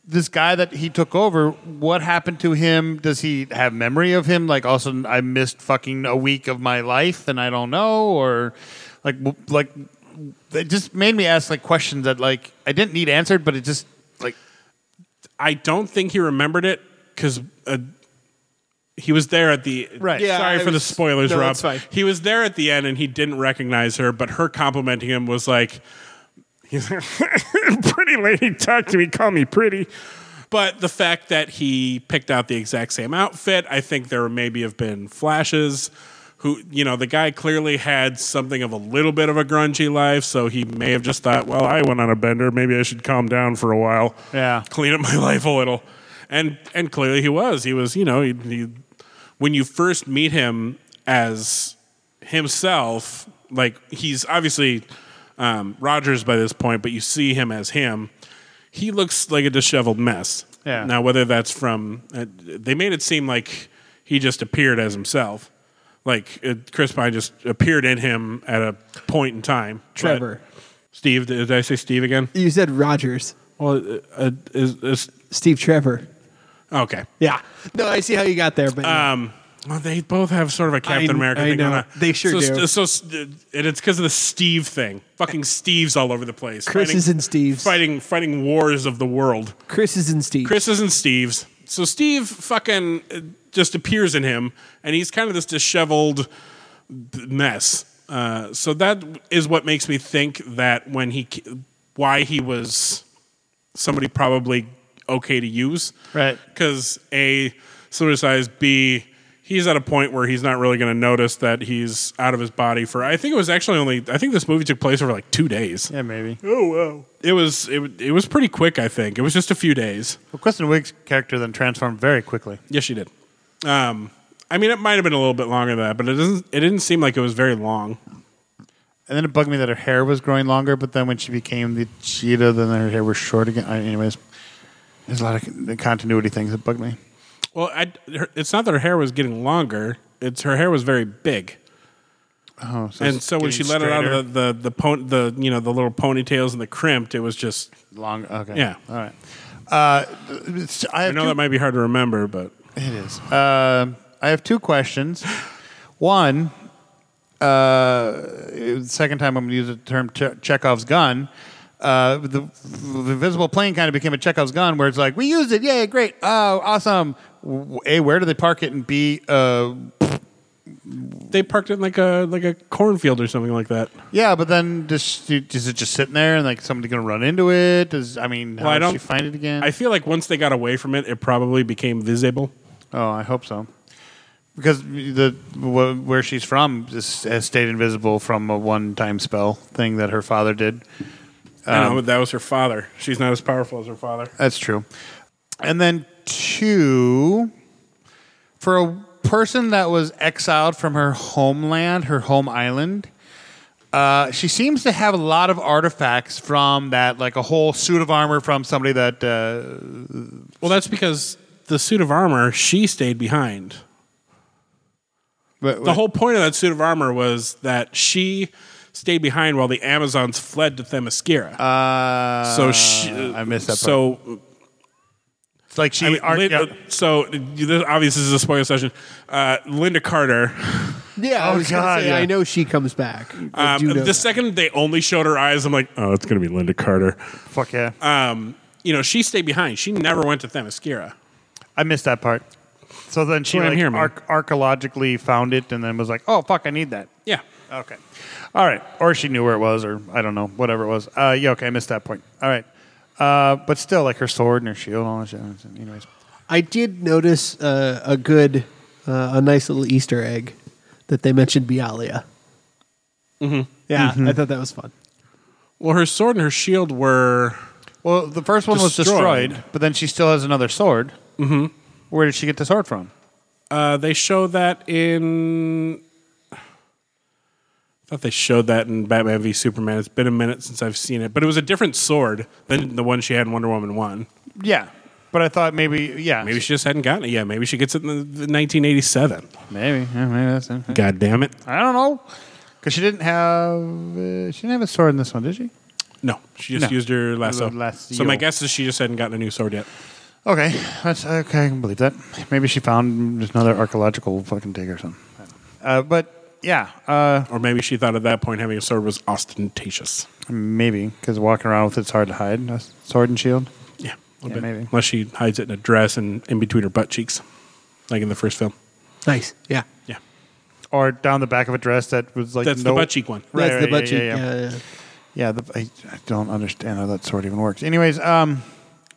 this guy that he took over what happened to him does he have memory of him like all of a sudden i missed fucking a week of my life and i don't know or like w- like it just made me ask like questions that like i didn't need answered but it just like I don't think he remembered it because uh, he was there at the. Right. Yeah, Sorry I for the was- spoilers, no, Rob. it's fine. He was there at the end and he didn't recognize her, but her complimenting him was like, he's like, pretty lady, talk to me, call me pretty. But the fact that he picked out the exact same outfit, I think there maybe have been flashes. Who you know, the guy clearly had something of a little bit of a grungy life, so he may have just thought, "Well, I went on a bender. Maybe I should calm down for a while." Yeah. clean up my life a little. And and clearly he was. He was, you know, he, he, when you first meet him as himself, like he's obviously um, Rogers by this point, but you see him as him. He looks like a disheveled mess. Yeah. Now whether that's from uh, they made it seem like he just appeared as himself. Like it, Chris Pine just appeared in him at a point in time. But- Trevor. Steve, did I say Steve again? You said Rogers. Well, uh, is, is Steve Trevor. okay. Yeah. No, I see how you got there, but Um, Well, they both have sort of a Captain I- America I thing. know. on it. They sure so, do. So, and it's because of the Steve thing. Fucking Steve's all over the place. Chris's and Steve's. Fighting, fighting wars of the world. Chris's and Steve. Chris isn't Steve's. So Steve fucking uh, just appears in him, and he's kind of this disheveled b- mess. Uh, so that is what makes me think that when he, ki- why he was somebody probably okay to use, Right. Because a similar size, B, he's at a point where he's not really going to notice that he's out of his body for. I think it was actually only. I think this movie took place over like two days. Yeah, maybe. Oh wow! It was it, w- it was pretty quick. I think it was just a few days. Well, Kristen Wiig's character then transformed very quickly. Yes, she did. Um, I mean, it might have been a little bit longer than that, but it doesn't. It didn't seem like it was very long. And then it bugged me that her hair was growing longer, but then when she became the cheetah, then her hair was short again. I, anyways, there's a lot of the continuity things that bugged me. Well, I, her, it's not that her hair was getting longer; it's her hair was very big, Oh, so and it's so when she getting let it out straighter. of the the, the, pon- the you know the little ponytails and the crimped, it was just. Long. Okay. Yeah. All right. Uh, it's- I, I have know two, that might be hard to remember, but it is. Um I have two questions. One, uh, the second time I'm going to use the term che- Chekhov's gun. Uh, the, the invisible plane kind of became a Chekhov's gun, where it's like we used it, yay, great, oh, awesome. W- A, where do they park it, and B, uh, they parked it in like a like a cornfield or something like that. Yeah, but then does, she- is it just sitting there and like somebody gonna run into it? Does I mean, how Well, I does don't- she find it again? I feel like once they got away from it, it probably became visible. oh, I hope so, because the wh- where she's from is, has stayed invisible from a one-time spell thing that her father did. I know, but that was her father. She's not as powerful as her father. That's true. And then two, for a person that was exiled from her homeland, her home island, uh, she seems to have a lot of artifacts from that, like a whole suit of armor from somebody that. Uh, Well, that's because the suit of armor she stayed behind. But, The whole point of that suit of armor was that she stayed behind while the Amazons fled to Themyscira. uh, so she, I missed that. part. So It's like she. I mean, ar- Lin- uh, yeah. so this obviously this is a spoiler session. Uh, Linda Carter. Yeah, I Oh, was gonna God, say, yeah. I know she comes back. I Um, do know the second they only showed her eyes, I'm like, oh, it's gonna be Linda Carter. Fuck yeah! Um, you know, she stayed behind. She never went to Themyscira. I missed that part. So then she what I'm like here, man. arch- archaeologically found it and then was like, "Oh fuck, I need that." Yeah. Okay. All right. Or she knew where it was, or I don't know, whatever it was. Uh, yeah, okay, I missed that point. All right. Uh, but still, like her sword and her shield and all that shit. Anyways. that. I did notice uh, a good, uh, a nice little Easter egg that they mentioned Bialia. Mm-hmm. Yeah, Mm-hmm. I thought that was fun. Well, her sword and her shield were. Well, the first one was Destroyed. destroyed, but then she still has another sword. Mm-hmm. Where did she get the sword from? Uh, they show that in. I thought they showed that in Batman v Superman. It's been a minute since I've seen it, but it was a different sword than the one she had in Wonder Woman 1. Yeah. But I thought maybe, yeah. Maybe she just hadn't gotten it yet. Maybe she gets it in the, the 1987. Maybe. Yeah, maybe that's it. God damn it. I don't know. Because she didn't have, uh, she didn't have a sword in this one, did she? No, she just No. used her lasso. The lasso. So my guess is she just hadn't gotten a new sword yet. Okay. That's, okay, I can believe that. Maybe she found just another archaeological fucking dig or something. Uh, but, yeah. Uh, Or maybe she thought at that point having a sword was ostentatious. Maybe because walking around with it's hard to hide a s- sword and shield. Yeah, a little Yeah, bit. maybe. Unless she hides it in a dress and in between her butt cheeks, like in the first film. Nice. Yeah, Yeah. Or down the back of a dress that was like That's no- the butt cheek one. Right, that's the right, butt yeah, cheek. yeah, yeah. yeah, yeah. Yeah, the, I, I don't understand how that sword even works. Anyways, um,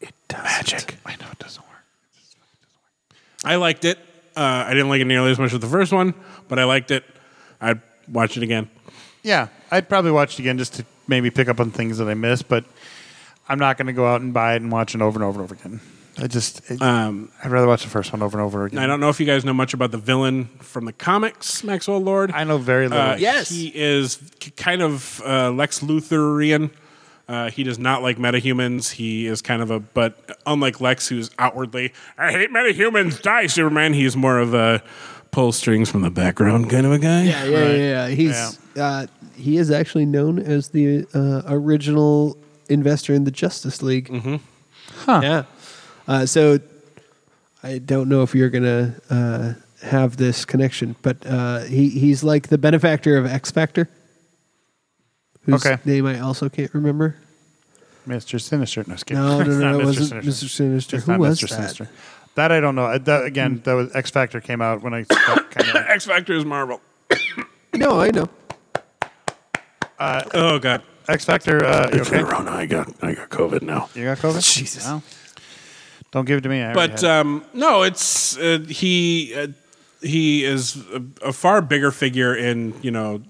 it does Magic. I know it doesn't work. I liked it. Uh, I didn't like it nearly as much as the first one, but I liked it. I'd watch it again. Yeah, I'd probably watch it again just to maybe pick up on things that I missed, but I'm not going to go out and buy it and watch it over and over and over again. I just, it, Um, I'd rather watch the first one over and over again. I don't know if you guys know much about the villain from the comics, Maxwell Lord. I know very little. Uh, Yes. He is k- kind of uh, Lex Luthorian. Uh, he does not like metahumans. He is kind of a, but unlike Lex, who's outwardly, I hate metahumans, die, Superman, he's more of a pull strings from the background kind of a guy. yeah, yeah, yeah, yeah. He's Uh, he is actually known as the uh, original investor in the Justice League. Mm-hmm. Huh. Yeah. Uh, so I don't know if you're gonna uh, have this connection, but uh, he he's like the benefactor of X Factor, whose Okay. name I also can't remember. Mr. Sinister. No, just kidding. No, no, It's no, not it wasn't Mr. Sinister. It's Who not was Mr. that? Sinister. That I don't know. I- That, again, that was X Factor came out when I kind of X Factor is Marvel. No, I know. Oh God. X Factor. Uh, you okay? Corona, I got I got COVID now. You got COVID? Jesus. Don't give it to me. I already But had it. um, no, it's uh, he uh, he is a, a far bigger figure in you know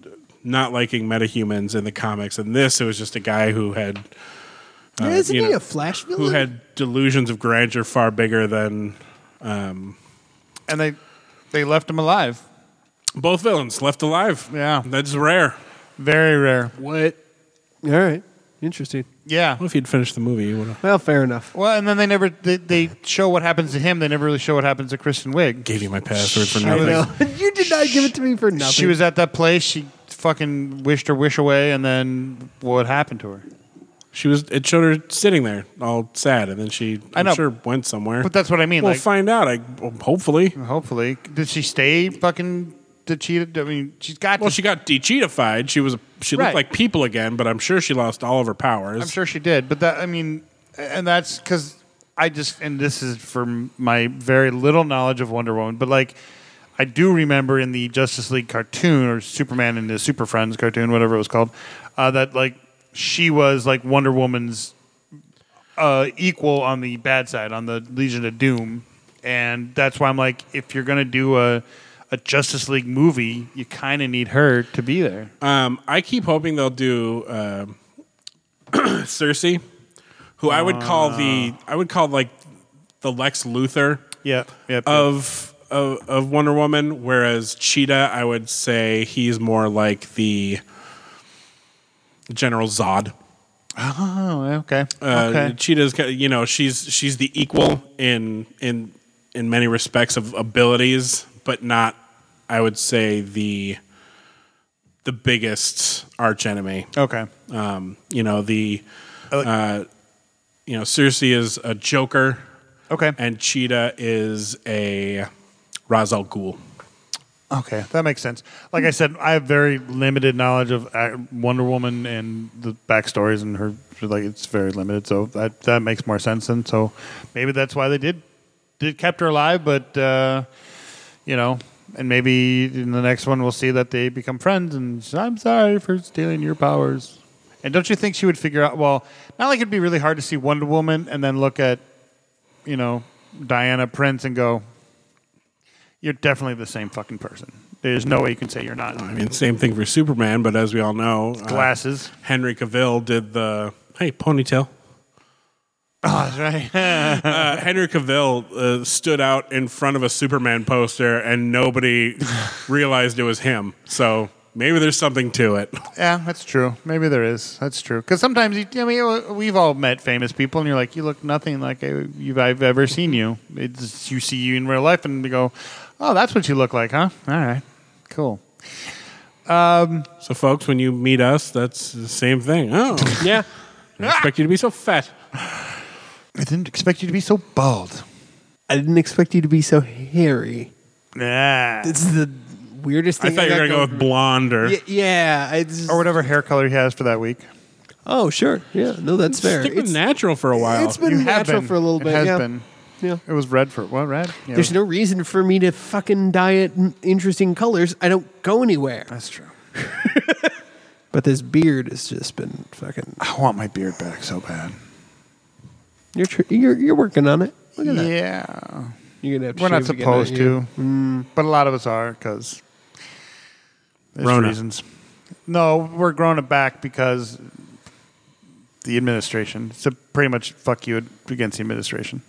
not liking metahumans in the comics, and this it was just a guy who had uh, Isn't you he know, a Flash villain? who had delusions of grandeur far bigger than and they they left him alive. both villains left alive. Yeah. that's rare. Very rare. what? All right, interesting. Yeah. Well, if you'd finished the movie, you would have Well, fair enough. Well, and then they never they, they show what happens to him. They never really show what happens to Kristen Wiig. gave you my password for I nothing. know. you did not give it to me for nothing. She was at that place. She fucking wished her wish away, and then what happened to her? She was. It showed her sitting there, all sad, and then she. I I'm know. sure went somewhere. But that's what I mean. we'll like, find out. I hopefully. hopefully, did she stay fucking? Did she? I mean, she's got. Well, to- she got de-cheatified. She was. She looked Right. like people again, but I'm sure she lost all of her powers. I'm sure she did, but that I mean, and that's because I just and this is from my very little knowledge of Wonder Woman, but like I do remember in the Justice League cartoon or Superman and the Super Friends cartoon, whatever it was called, uh, that like she was like Wonder Woman's uh, equal on the bad side on the Legion of Doom, and that's why I'm like, if you're gonna do a a Justice League movie, you kind of need her to be there. Um, I keep hoping they'll do um, Cersei, who I would call the. I would call like the Lex Luthor Yeah, yeah. of. Of, of Wonder Woman, whereas Cheetah, I would say he's more like the General Zod. oh, okay, Uh, okay. Cheetah's, ki- you know, she's she's the equal in in in many respects of abilities, but not, I would say the the biggest arch enemy. Okay. Um, you know the, uh, you know, Cersei is a Joker, Okay. and Cheetah is a Ra's al Ghul. Okay, that makes sense. Like I said, I have very limited knowledge of uh, Wonder Woman and the backstories and her. Like it's very limited, so that that makes more sense. And so maybe that's why they did did kept her alive, but uh, you know, and maybe in the next one we'll see that they become friends. And she's, I'm sorry for stealing your powers. And don't you think she would figure out? Well, not like it'd be really hard to see Wonder Woman and then look at you know Diana Prince and go, you're definitely the same fucking person. There's no way you can say you're not. I mean, same thing for Superman, but as we all know, uh, Glasses. Henry Cavill did the hey ponytail. Oh, that's right. uh, Henry Cavill uh, stood out in front of a Superman poster, and nobody realized it was him. So maybe there's something to it. yeah, that's true. Maybe there is. That's true. Because sometimes, you, I mean, we've all met famous people, and you're like, you look nothing like I- you've, I've ever seen you. It's, you see you in real life, and they go, oh, that's what you look like, huh? All right. Cool. So, folks, when you meet us, that's the same thing. Oh, yeah. I expect you to be so fat. I didn't expect you to be so bald. I didn't expect you to be so hairy. Nah. This is the weirdest I thing. thought you were got gonna go with blonde or Y- yeah. I just- Or whatever hair color he has for that week. Oh, sure. Yeah. No, that's fair. stick with It's- natural for a while. It's been You have natural been. for a little It bit. has yeah. been. Yeah. It was red for what? Red? Yeah, it There's was- no reason for me to fucking dye it in interesting colors. I don't go anywhere. That's true. But this beard has just been fucking. I want my beard back so bad. You're tr- you're, you're working on it. Look at that. Yeah. You're gonna have to We're not shave again, aren't supposed you? to, but a lot of us are because there's Rona. reasons. No, we're growing it back because the administration. It's a pretty much fuck you against the administration.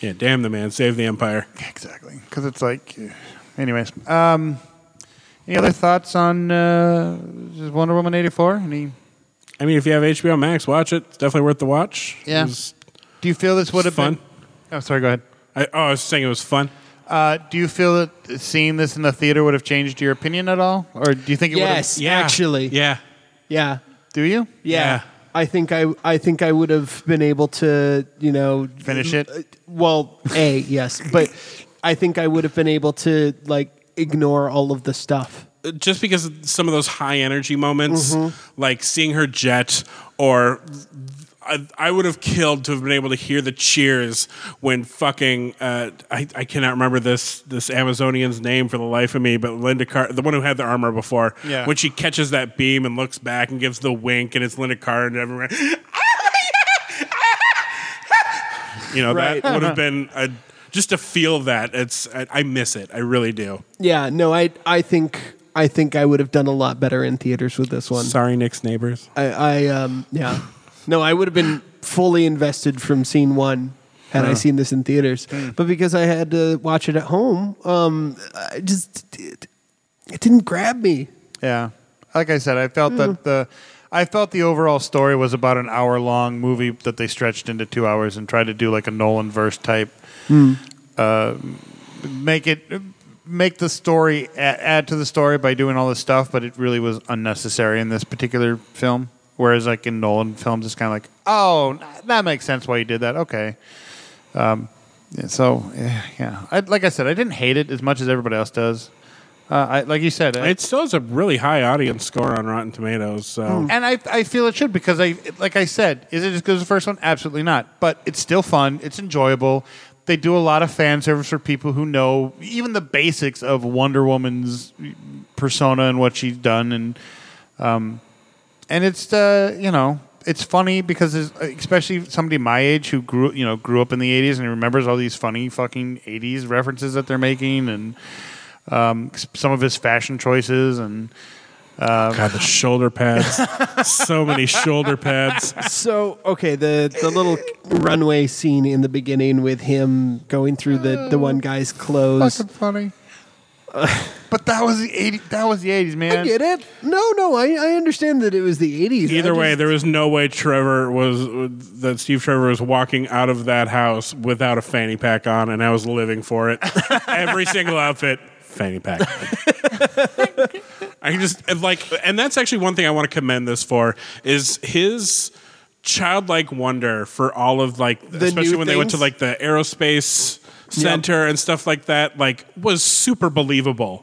yeah, damn the man, save the empire. Exactly, because it's like, anyways. Um, any other thoughts on uh, just Wonder Woman eighty four? Any? I mean, if you have HBO Max, watch it. It's definitely worth the watch. Yeah. It was- Do you feel this would have fun. been? Oh, sorry. Go ahead. I, oh, I was saying it was fun. Uh, do you feel that seeing this in the theater would have changed your opinion at all, or do you think it Yes. would? Yeah, Actually. yeah. Yeah. have? Do you? Yeah. Yeah. I think I I think I would have been able to, you know, Finish it? uh, Well, A, yes, but I think I would have been able to like ignore all of the stuff. just because of some of those high energy moments, like seeing her jet, or I, I would have killed to have been able to hear the cheers when fucking uh, I, I cannot remember this this Amazonian's name for the life of me, but Linda Carter, the one who had the armor before, Yeah. when she catches that beam and looks back and gives the wink, and it's Linda Carter and everyone. You know that Right. would have been a, just to feel that it's I, I miss it I really do. Yeah, no, I I think I think I would have done a lot better in theaters with this one. Sorry, Nick's neighbors. I, I um yeah. No, I would have been fully invested from scene one had I seen this in theaters. But because I had to watch it at home, um I just it, it didn't grab me. Yeah. Like I said, I felt that the I felt the overall story was about an hour long movie that they stretched into two hours and tried to do like a Nolan verse type. Uh, make it make the story a- add to the story by doing all this stuff, but it really was unnecessary in this particular film. Whereas like in Nolan films, it's kind of like, oh, that makes sense why you did that. Okay. Um, Yeah, So eh, yeah, I, like I said, I didn't hate it as much as everybody else does. Uh, I, like you said, I- It still has a really high audience score on Rotten Tomatoes. So And I, I feel it should because I, like I said, is it as good as the first one? Absolutely not. But it's still fun. It's enjoyable. They do a lot of fan service for people who know even the basics of Wonder Woman's persona and what she's done, and um, and it's uh, you know it's funny because there's, uh, especially somebody my age who grew you know grew up in the '80s and remembers all these funny fucking '80s references that they're making and um, s- some of his fashion choices and. God, the shoulder pads. so many shoulder pads. So okay, the the little runway scene in the beginning with him going through the the one guy's clothes. fucking funny. but that was the eighty. That was the eighties, man. I get it. No, no, I, I understand that it was the eighties. Either way, just, there was no way Trevor was that Steve Trevor was walking out of that house without a fanny pack on, and I was living for it. Every single outfit, fanny pack. I just and like, and that's actually one thing I want to commend this for is his childlike wonder for all of like, especially new when they went to things? like the aerospace center and stuff like that, like was super believable.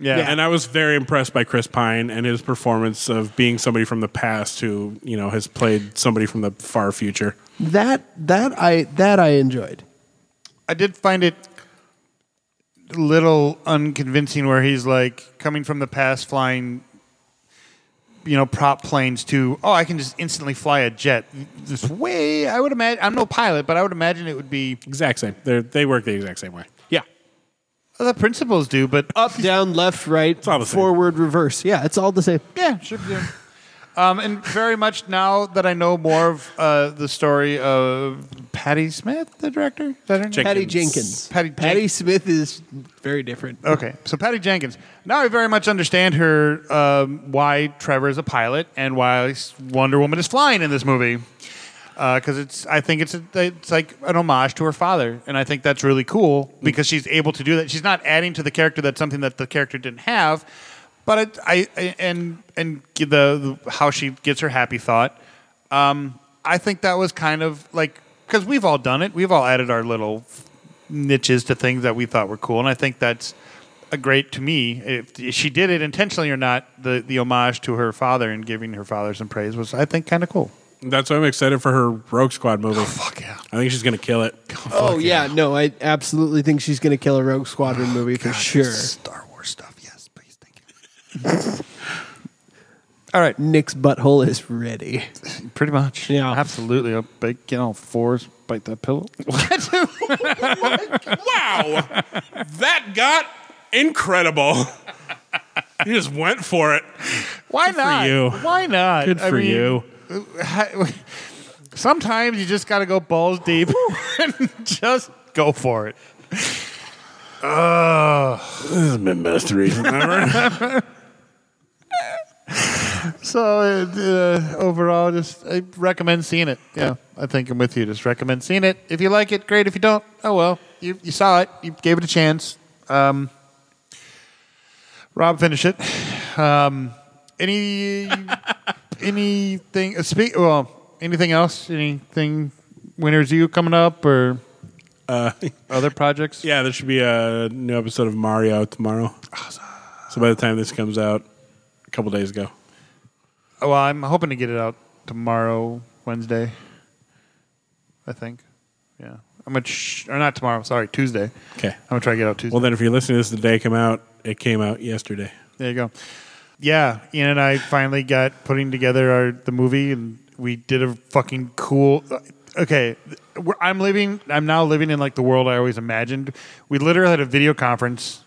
Yeah. And I was very impressed by Chris Pine and his performance of being somebody from the past who, you know, has played somebody from the far future. that that I that I enjoyed. I did find it a little unconvincing where he's like coming from the past, flying, you know, prop planes to oh, I can just instantly fly a jet. This way, I would imagine. I'm no pilot, but I would imagine it would be Exact same. They're, they work the exact same way. Yeah. oh, the principals do, but oh, Up, down, left, right, all the same. forward, reverse. Yeah, it's all the same. Yeah, should be. um, and very much now that I know more of uh, the story of Patty Smith, the director. Is that her name? Jenkins. Patty Jenkins. Patty Jen- Smith is very different. Okay, so Patty Jenkins. Now I very much understand her um, why Trevor is a pilot and why Wonder Woman is flying in this movie. Because it's, I think it's a, it's like an homage to her father, and I think that's really cool because she's able to do that. She's not adding to the character that's something that the character didn't have, but it, I, I and and the, the how she gets her happy thought. Um, I think that was kind of like because we've all done it. We've all added our little niches to things that we thought were cool, and I think that's a great to me. If she did it intentionally or not, the the homage to her father and giving her father some praise was, I think, kind of cool. That's why I'm excited for her Rogue Squad movie. Fuck yeah! I think she's going to kill it. Oh yeah, no, I absolutely think she's going to kill a Rogue Squadron Oh, movie for sure. Star Wars stuff, yes, please, thank you. all right, Nick's butthole is ready. pretty much, Yeah. absolutely. A big, you know, fours bite that pillow. Wow. that got incredible. you just went for it. Why for not? you. Why not? Good I for mean, you. Sometimes you just got to go balls deep and just go for it. This has been best reason ever. So uh, overall, just I recommend seeing it. Yeah, I think I'm with you. Just recommend seeing it. If you like it, great. If you don't, oh well. You you saw it. You gave it a chance. Um, Rob, finish it. Um, any anything? Uh, speak. Well, anything else? Anything? Winners, you coming up or? Uh, Other projects? yeah, there should be a new episode of Mario tomorrow. So by the time this comes out, a couple days ago. Well, I'm hoping to get it out tomorrow, Wednesday. I think. Yeah. I'm gonna sh- or not tomorrow. Sorry, Tuesday. Okay. I'm gonna try to get it out Tuesday. Well, then, if you're listening to this the day it came out, it came out yesterday. There you go. Yeah, Ian and I finally got putting together our the movie, and we did a fucking cool. uh, Okay, we're, I'm living. I'm now living in like the world I always imagined. We literally had a video conference.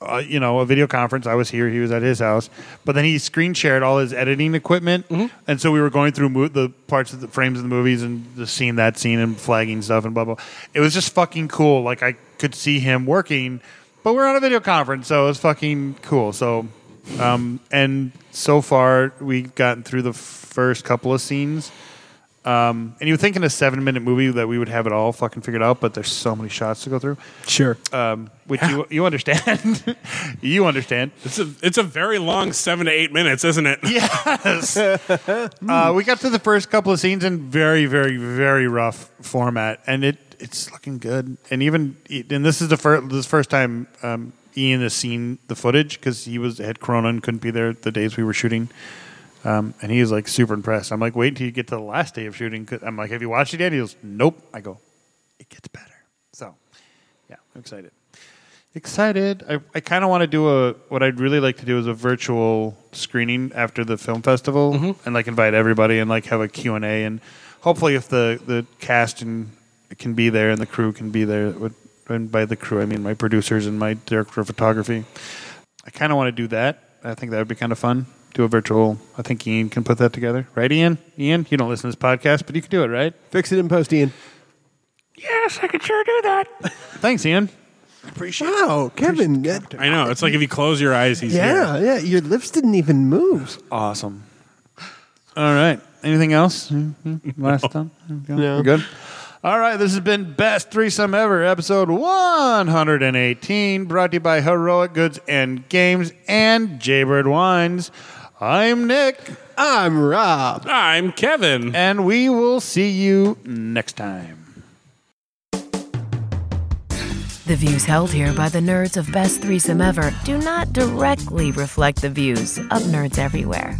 Uh, you know, a video conference. I was here. He was at his house. But then he screen shared all his editing equipment, and so we were going through mo- the parts of the frames of the movies and the scene, that scene, and flagging stuff and blah blah. It was just fucking cool. Like I could see him working, but we're on a video conference, so it's fucking cool. So, um, and so far we've gotten through the first couple of scenes. Um, and you would think in a seven-minute movie that we would have it all fucking figured out, but there's so many shots to go through, Sure. um, which you you understand, you understand. It's a it's a very long seven to eight minutes, isn't it? Yes. uh, we got to the first couple of scenes in very, very, very rough format, and it it's looking good. And even and this is the first this first time um, Ian has seen the footage because he was had Corona and couldn't be there the days we were shooting. Um, and he was like super impressed. I'm like, wait until you get to the last day of shooting. 'cause- I'm like, have you watched it yet? He goes, nope. I go, it gets better. So, yeah, I'm excited. Excited. I, I kind of want to do a what I'd really like to do is a virtual screening after the film festival and like invite everybody and like have a Q and A and hopefully if the the cast and can be there and the crew can be there. it Would, and by the crew I mean my producers and my director of photography. I kind of want to do that. I think that would be kind of fun. Do a virtual. I think Ian can put that together, right? Ian, Ian, you don't listen to this podcast, but you can do it, right? Fix it in post, Ian. Yes, I could sure do that. Thanks, Ian. Wow, Kevin. that- I know. It's like if you close your eyes, he's yeah, yeah. Your lips didn't even move. Awesome. All right. Anything else? Mm-hmm. Last time? No. We're good? All right. This has been Best Threesome Ever, episode 118, brought to you by Heroic Goods and Games and Jaybird Wines. I'm Nick, I'm Rob. here. I'm Kevin. and we will see you next time. The views held here by the nerds of Best Threesome Ever do not directly reflect the views of nerds everywhere.